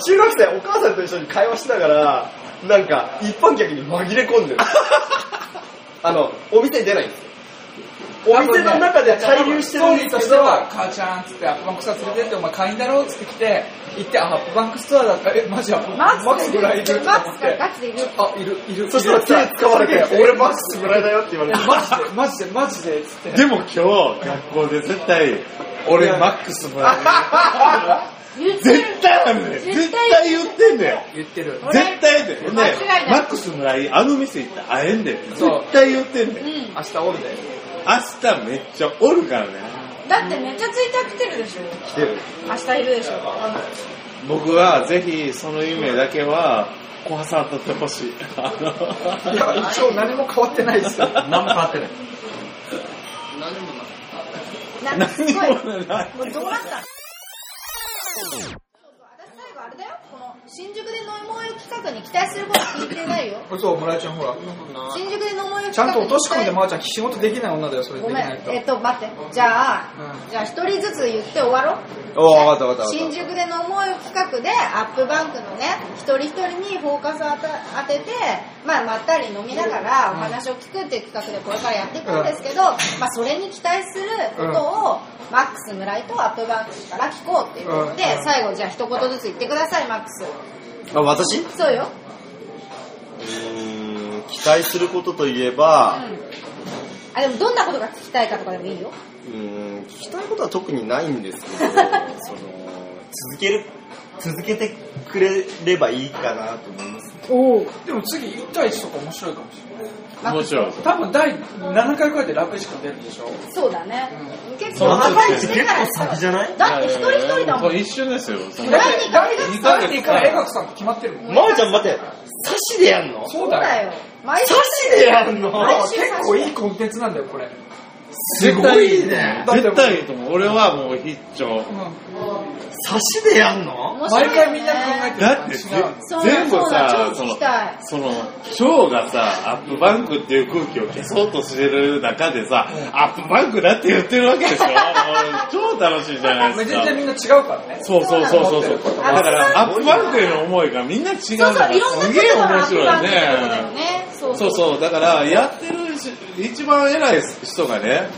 S3: 中学生、お母さんと一緒に会話しながら、なんか、一般客に紛れ 込んでる。あの、お店に出ないんですよ。お店の中で滞留して
S8: スト
S3: るん
S8: ーリー
S3: で
S8: と
S3: す
S8: し
S3: け
S8: て
S3: ど、
S8: は、母ちゃんっつって、アップバンクストア連れてって、お前会員だろっつって来て、行って、あアップバンクストアだった。え、マジや。
S1: マックス
S8: ぐらいいる
S1: マックスがガチでいる。
S8: あ、いる、いる。
S3: そしたら手掴まれて、俺マックス村井だよって言われて、
S8: マジで、マジで、マジで、つって。
S5: でも今日、学校で絶対、俺、マックスもらえる。
S1: 言ってる
S5: 絶対あるね。絶
S1: 絶
S5: 対
S1: 対
S5: 言ってんだよ。
S8: 言ってる。
S1: 俺
S5: 絶対で。ね
S1: 間違いない
S5: マックス村井、あの店行ったら会えんで。
S8: そう
S5: 絶対言ってんだよ。
S8: 明日おるで。
S5: 明日めっちゃおるからね。
S1: だってめっちゃツイッター来てるでしょ。
S3: 来てる。
S1: 明日いるでしょ。
S5: 僕はぜひその夢だけは小さんとってほしい。あの
S8: いや、一応何も変わってないですよ。
S3: 何も変わってない。
S1: なんかすごい。
S5: 何
S1: もう
S5: もない。
S1: どうなったの私最後あれだよ。この新宿で飲もうよ企画に期待すること聞いてないよ。
S8: 嘘、村井ちゃんほら。
S1: 新宿で飲もうよ企画に期待
S8: ちゃんと落とし込んで、まーちゃん、仕事できない女だよ、それで
S1: ご
S8: き
S1: め
S8: ない
S1: ん。
S8: と。
S1: えっと、待って。じゃあ、
S8: う
S1: じゃあ一人ずつ言って終わろう。
S3: おー、わかったわかったわかった。
S1: 新宿で飲もうよ企画でアップバンクのね一人一人にフォーカスを当てて、まあ、まったり飲みながらお話を聞くっていう企画でこれからやっていくんですけど、まあ、それに期待することをマックス村井とアップバンクから聞こうっていうことで
S8: うん
S1: 最後じゃあ一言ずつ言ってくださいマックス
S3: あ、私
S1: そうよ
S3: うーん、期待することといえば、
S1: あでもどんなことが聞きたいかとかでもいいよ
S3: うーん、聞きたいことは特にないんです けど、その、続ける、続けてくれればいいかなと思います。
S8: でも次、1対1とか面白いかもしれない。
S5: もちろん。
S8: 多分、第7回くらいで楽石君出るでしょ。
S1: そうだね、結
S5: そう
S1: 構長い
S5: 結
S1: 時
S5: 構
S1: 間から
S3: 先じゃない
S1: だって一人一人だもん
S5: これ一瞬ですよ。その
S1: 村井
S8: 第
S1: に誰
S8: 2
S1: が
S8: 回で行くから、江角さんと決まってるもん。
S3: まーちゃん待って、刺しでやんの
S8: そ
S1: そうう
S8: だ
S1: だ
S8: よ。
S1: よ毎週
S3: 刺しでやんの
S1: 毎週
S8: 結構いいコンテンツなんだよ、これ。
S5: すごい
S3: ね
S5: 絶対いいと思う。俺はもう必聴。
S3: 刺しでやんの
S1: 面白
S8: 毎
S1: いよね
S8: 回みんな考えてる
S5: だってぜ
S8: 違う
S1: そう
S5: 全部さ、
S1: そ超
S5: そうの
S1: 聞きたい、
S5: その、蝶がさ、アップバンクっていう空気を消そうとしてる中でさ、アップバンクだって言ってるわけでしょもう超楽しいじゃないで
S8: 全
S5: すか
S8: 然。みんな違うからね。
S5: そうそうそうそうそう。
S8: そう
S5: だから、アップバンクへの思いがみんな違うの
S1: そう
S5: が
S1: そう、いろんな
S5: すげえ
S1: と
S5: 面
S1: ころ
S5: 白い
S1: がアップバンクってことだよ
S5: ね。
S1: ね。
S9: そう
S5: そうそう、だから、やってるし一番偉い人がね、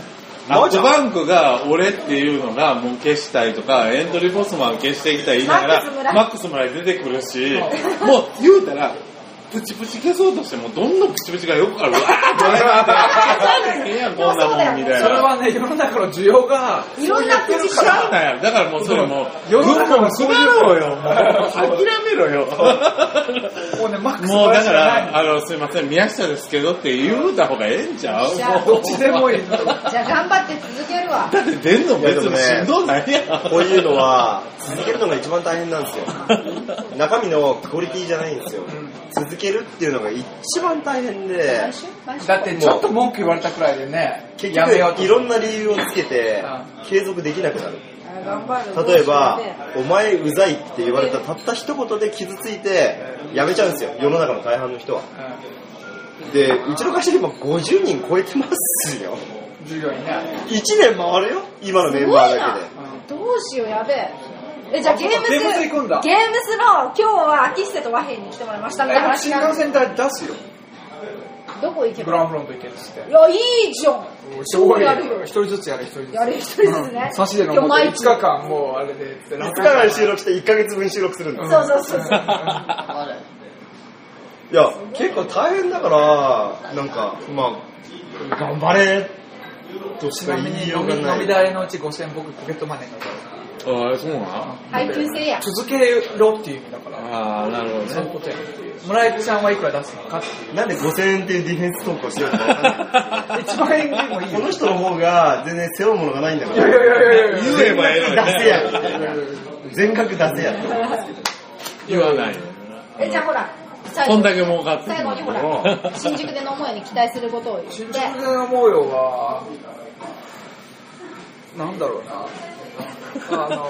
S5: アップバンクが俺っていうのがもう消したいとか、エントリーボスマン消していきたい言いなが
S1: マックス村
S5: ら、マックス村に出てくるし、もう言うたら、プチプチ消そうとしても、どんどんプチプチがよくある。わーって、やん、こんなもんみたい
S2: それ
S5: な。
S2: はね、世の中の需要が、
S1: いろんなプチ
S5: 知らんなんやだからもうそれもう、軍もくだろうよ、もう諦めろよ。
S2: もうね、マックス
S5: もうだか
S2: ない
S5: ら、あの、すいません、宮下ですけどって言うた方がええんちゃう
S1: じゃあ
S5: もう
S2: どっちでもいい。
S1: じゃあ頑張って続けるわ
S5: だって出んの別にしんどないやん。
S3: こういう のは、続けるのが一番大変なんですよ。中身のクオリティじゃないんですよ。続けるっていうのが一番大変で
S1: 毎、週毎週
S2: だってちょっと文句言われたくらいでね、
S3: 結
S2: やめよう
S3: 局
S2: と
S3: い。ろんな理由をつけて
S2: う
S3: 継続できなくなる。
S9: あ頑張る
S3: 例えば、お前うざいって言われたたった一言で傷ついて、やめちゃうんですよ。世の中の大半の人は。で、うちの会社で今50人超えてますよ。
S2: うん授業にね。
S3: 1年回るよ今のメンバーだけで。
S1: どうしようやべええじゃあゲームス
S2: ゲームス行くんだ
S1: ゲームスの今日は秋瀬と和平に来てもらいましたみたいな話
S2: 新
S1: にな
S2: 幹
S1: る
S2: 線代出すよ。
S1: どこ行け
S2: グ
S1: ば
S2: ランフロント行けるっつって
S1: い。やいいじゃん
S2: しょうが
S1: や
S2: な
S1: る
S2: いよ。
S1: よ
S2: 一人ずつやる、一人ずつ。
S1: やる一人ですね
S2: 差しでの
S1: 今日
S2: 5
S1: 毎
S2: 日
S1: 日
S2: 間もうあれでって
S3: 5日間収録して1ヶ月分収録するんだ。
S1: そうそうそうそう
S4: あれ
S3: いや、結構大変だから、なんか、まあ、頑張れとし
S2: ちな
S3: か
S2: み
S3: 言
S2: に
S3: いよ
S2: 飲
S3: う
S2: み
S3: がな
S2: 飲み
S3: い。
S2: 代のうち5000僕ポケットマネーだから
S5: ああ、そうなん
S1: 配給制や
S2: 続けろっていう意味だから
S5: ああ、なるほ
S2: そういう
S5: どね。
S2: ことやっていう村井ちゃんはいくら出すのかっていう
S3: なんで5000円っていうディフェンス投稿しようとかわかんない
S2: 1万円でもいい
S3: こ
S2: よ
S3: の人の方が全然背負うものがないんだか
S2: いやい
S3: ら。
S2: やいやいやいや
S5: 言えばええのに
S3: 出せやみたいな全額出せやって思うんですけど。
S5: 言わないよ。
S1: えじゃあほら最
S5: こん
S1: 後
S5: だけ儲かって
S1: 最
S5: ん
S1: 後
S5: の
S1: に
S5: に
S1: ほら新宿で飲もうよに期待することを言って
S2: 新宿で飲もうよはなんだろうなあの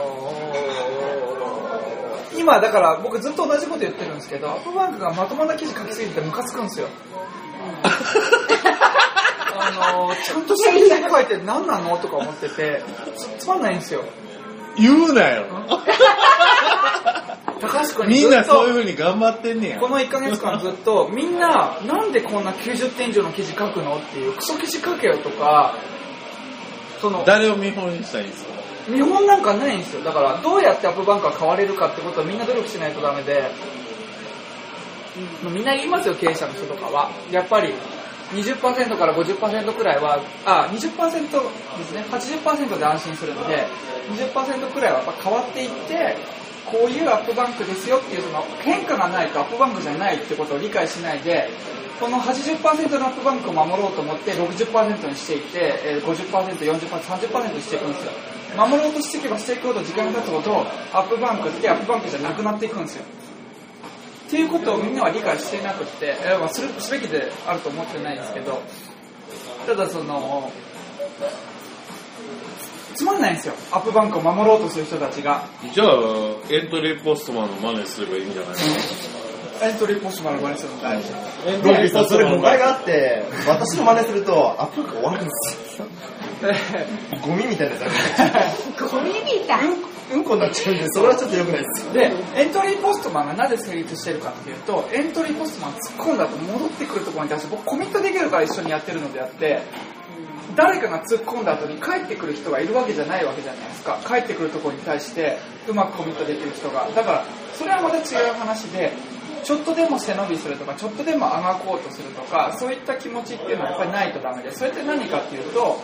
S2: ー、今だから僕ずっと同じこと言ってるんですけどアップバンクがまともな記事書きすぎてムカつくんですよあのー、ちゃんとした記事書いて何なのとか思っててつつまんないんですよ
S5: 言うなよ。
S2: 高橋君に
S5: み
S2: ず
S5: ん
S2: っ
S5: なそういう
S2: と
S5: 風に頑張ってんねや。
S2: この1ヶ月間ずっとみんななんでこんな90点以上の記事書くのっていうクソ記事書けよとかその
S5: 誰を見本にしたらいいんですか
S2: 見本なんかないんですよだからどうやってアップバンカー変われるかってことはみんな努力しないとダメで、みんな言いますよ経営者の人とかはやっぱり20%から50%くらいはあ20%ですね80%で安心するので20%くらいはやっぱ変わっていってこういうアップバンクですよっていうその変化がないとアップバンクじゃないってことを理解しないでこの80%のアップバンクを守ろうと思って60%にしていって、えー、50%、40%、30%にしていくんですよ。守ろうとしていけばしていくほど時間が経つほどアップバンクってアップバンクじゃなくなっていくんですよ。っていうことをみんなは理解していなくって、えーまあ、するすべきであると思ってないんですけど、ただその、つまんないんですよ。アップバンクを守ろうとする人たちが。
S5: じゃあ、エントリーポストマンの真似すればいいんじゃない
S2: エントリーポストマルマネするの大事。
S5: エン
S3: ロビーさん、それ誤解があって、私の真似すると、アップが終わるんですよ。ゴミみたいなやつある
S1: ゴミみたい
S3: うんこになっちゃうん で、それはちょっと良くないですよ。
S2: で、エントリーポストマンがなぜ成立してるかっていうと、エントリーポストマン突っ込んだ後戻ってくるところに対して、僕コミットできるから一緒にやってるのであって、誰かが突っ込んだ後に帰ってくる人がいるわけじゃないわけじゃないですか。帰ってくるところに対して、うまくコミットできる人が。だから、それはまた違う話で、ちょっとでも背伸びするとか、ちょっとでもあがこうとするとか、そういった気持ちっていうのはやっぱりないとダメで、それって何かっていうと、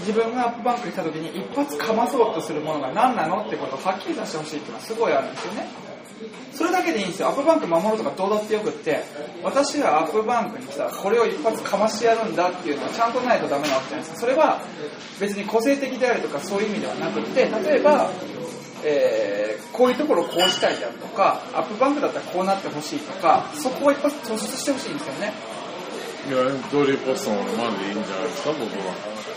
S2: 自分がアップバンクに来た時に一発かまそうとするものが何なのってことをはっきりさせてほしいっていうのはすごいあるんですよね。それだけでいいんですよ。アップバンク守るとかどうだってよくって、私はアップバンクに来たらこれを一発かましてやるんだっていうのはちゃんとないとダメなわけじゃないですか。それは別に個性的であるとかそういう意味ではなくって、例えば、えーこういうところをこうしたいだとか、アップバンクだったらこうなってほしいとか、そこを一発突出してほしいんですよね。
S5: いや、エントリーポストマンの真似でいいんじゃないですか、僕は。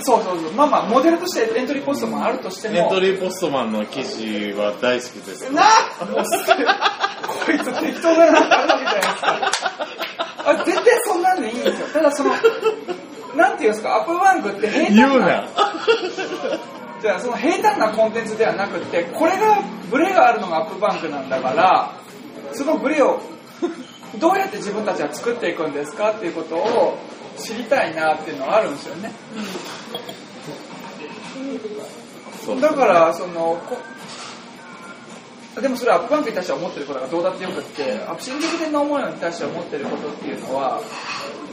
S2: そうそうそう。まあまあ、モデルとしてエントリーポストもあるとしても、
S5: エントリーポストマンの記事は大好きです。
S2: なこいつ適当だなみたいなあ絶対そんなんでいいんですよただそのなんていうんですかアップバンクって平坦
S5: 言うな。
S2: じゃあその平坦なコンテンツではなくてこれがブレがあるのがアップバンクなんだからそのブレを どうやって自分たちは作っていくんですかっていうことを知りたいなっていうのはあるんですよね
S5: そう
S2: だからそのこでもそれはアップバンクに対しては思ってることがどうだってよくってアップ心理的な思いに対しては思ってることっていうのは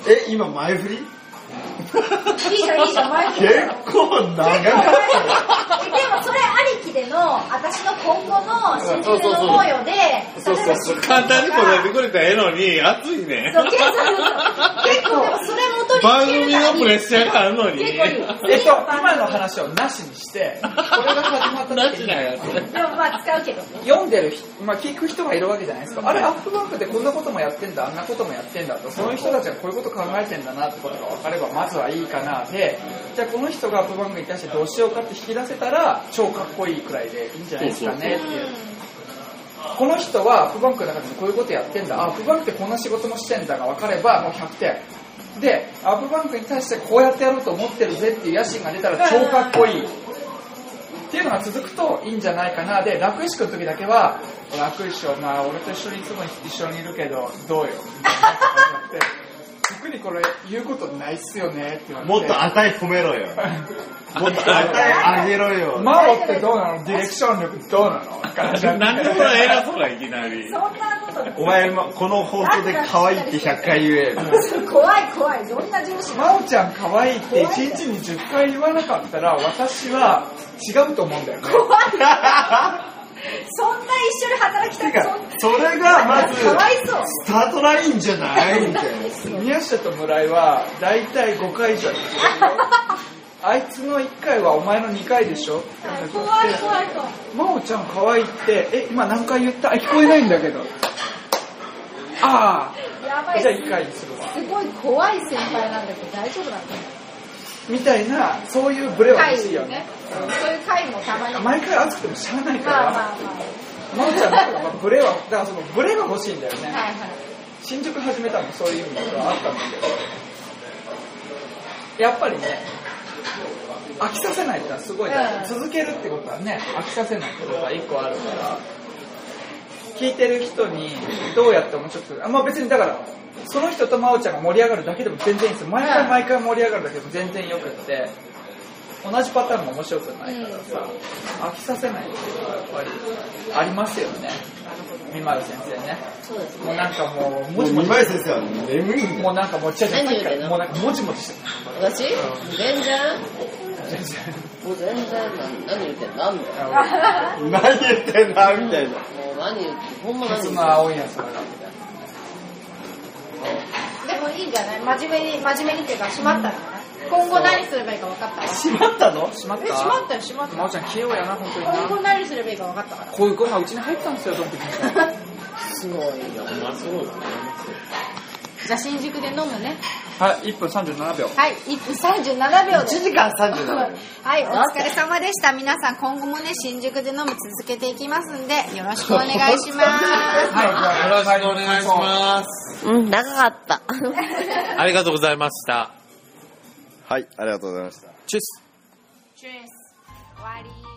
S3: え、今前振り
S1: いいじゃん、いいじゃん、前に。
S3: 結構長かったよ。
S1: でもそれありきでの私の今後の新宿の模様で
S5: そうそうそう。簡単に答えてくれたらええのに、熱いね。
S1: そう結構結構でもそれ元に
S5: 番
S1: つけ
S5: 組
S1: るから
S5: のプレッシャーがあるのに。
S1: 結構いい
S2: えっと今の話をなしにしてこれが始まった
S5: な
S2: 時
S5: し
S2: に
S5: なやつね。
S1: でもまあ使うけどね
S2: 読んでる人、まあ、聞く人がいるわけじゃないですか、あれアップバンクでこんなこともやってんだあんなこともやってんだとその人たちがこういうこと考えてんだなってことが分かればまずはいいかなでじゃあこの人がアップバンクに対してどうしようかって引き出せたら超かっこいいくらいでいいんじゃないですかねっていうこの人はアップバンクの中でもこういうことやってんだあアップバンクってこんな仕事もしてんだが分かればもう100点でアップバンクに対してこうやってやろうと思ってるぜっていう野心が出たら超かっこいいっていうのが続くといいんじゃないかなで楽石君の時だけは楽石はまあ俺と一緒にいつも一緒にいるけどどうよみたいなことやって特にこれ言うことないっすよねって言われて
S3: もっと値褒めろよ。もっと値上げろよ。
S2: マロってどうなのディレクション力どうなの感じになっ
S5: な
S2: て
S5: んでこれ偉そうないきなり
S1: そ。んなこと
S3: お前、まこの放送で可愛いって100回言え。
S1: 怖い怖いどんな上司
S2: 真央ちゃん可愛いって1日に10回言わなかったら私は違うと思うんだよね。
S1: 怖いそんな一緒に働きた
S2: て
S1: くそ
S2: か
S1: んな
S3: それがまず、
S1: かわいそう
S3: スタートラインじゃないみたいな。
S2: 宮下と村井は大体5回じゃん。あいつの1回はお前の2回でしょ
S1: 怖い怖い怖い
S2: 真央ちゃん可愛いって、え、今何回言ったあ聞こえないんだけど。あ
S1: やば
S2: あ、
S1: い
S2: じゃあ1回にするわ。
S1: すごい怖い先輩なんだけど大丈夫なんだよ
S2: みたいな、そういうブレは
S1: 会
S2: 欲しいよね。
S1: そういう会もたまにまあ
S2: 毎回熱くてもしゃあないか
S1: まあ
S2: ら、
S1: ま
S2: 真央ちゃんの方がブレは、だからそのブレが欲しいんだよ
S1: あ
S2: ね。
S1: はいはい
S2: 新宿始めたのもそういう意味があったんだけどやっぱりね飽きさせないってのはすごい大事、
S1: う
S2: 続けるってことはね飽きさせないってことが一個あるから聞いてる人にどうやって面白くするあまあ別にだからその人と真央ちゃんが盛り上がるだけでも全然いいんですよ毎回毎回盛り上がるだけでも全然よくって同じパターンも面白くないからさ、飽きさせないっていうのはやっぱりありますよね三丸先生ね
S4: そうです。
S2: もうなんかもうも
S3: もう
S2: ちも
S3: 二
S2: ち
S3: 枚先生は眠いんだよ。
S2: もうなんかもうちゃちゃ
S4: 何言うてんの
S2: もうなんかもちもちしてる。
S4: 私全然もう全然何何言ってんのなんだよ。
S3: 何言ってんだみたいな。
S4: もう何言ってほんま何言
S2: そ
S4: ってん
S2: の
S4: の
S2: 青いやつだなみたい
S1: でもいいんじ ゃない真面目に真面目にっていうか閉まったんじゃない今後何すればいいか分かったわ
S2: 閉まったの閉まっ
S1: え
S2: た
S1: 閉まったよ閉まった
S2: まおちゃん消えようやな本当に
S1: 今後
S2: な
S1: 何すればいいか分かったから
S2: こういうご飯うちに入ったんですよドンキに
S4: すごいな。
S1: じゃあ新宿で飲むね
S2: はい1分37秒
S1: はい1分37秒です
S3: 時間37
S1: はいお疲れ様でした皆さん今後もね新宿で飲む続けていきますんでよろしくお願いします
S2: はいじゃあよろしく
S5: お願いします。
S4: うん、長かった。
S5: ありがとうございました。
S3: はい、ありがとうございました。
S5: チュス。
S1: チュース終わり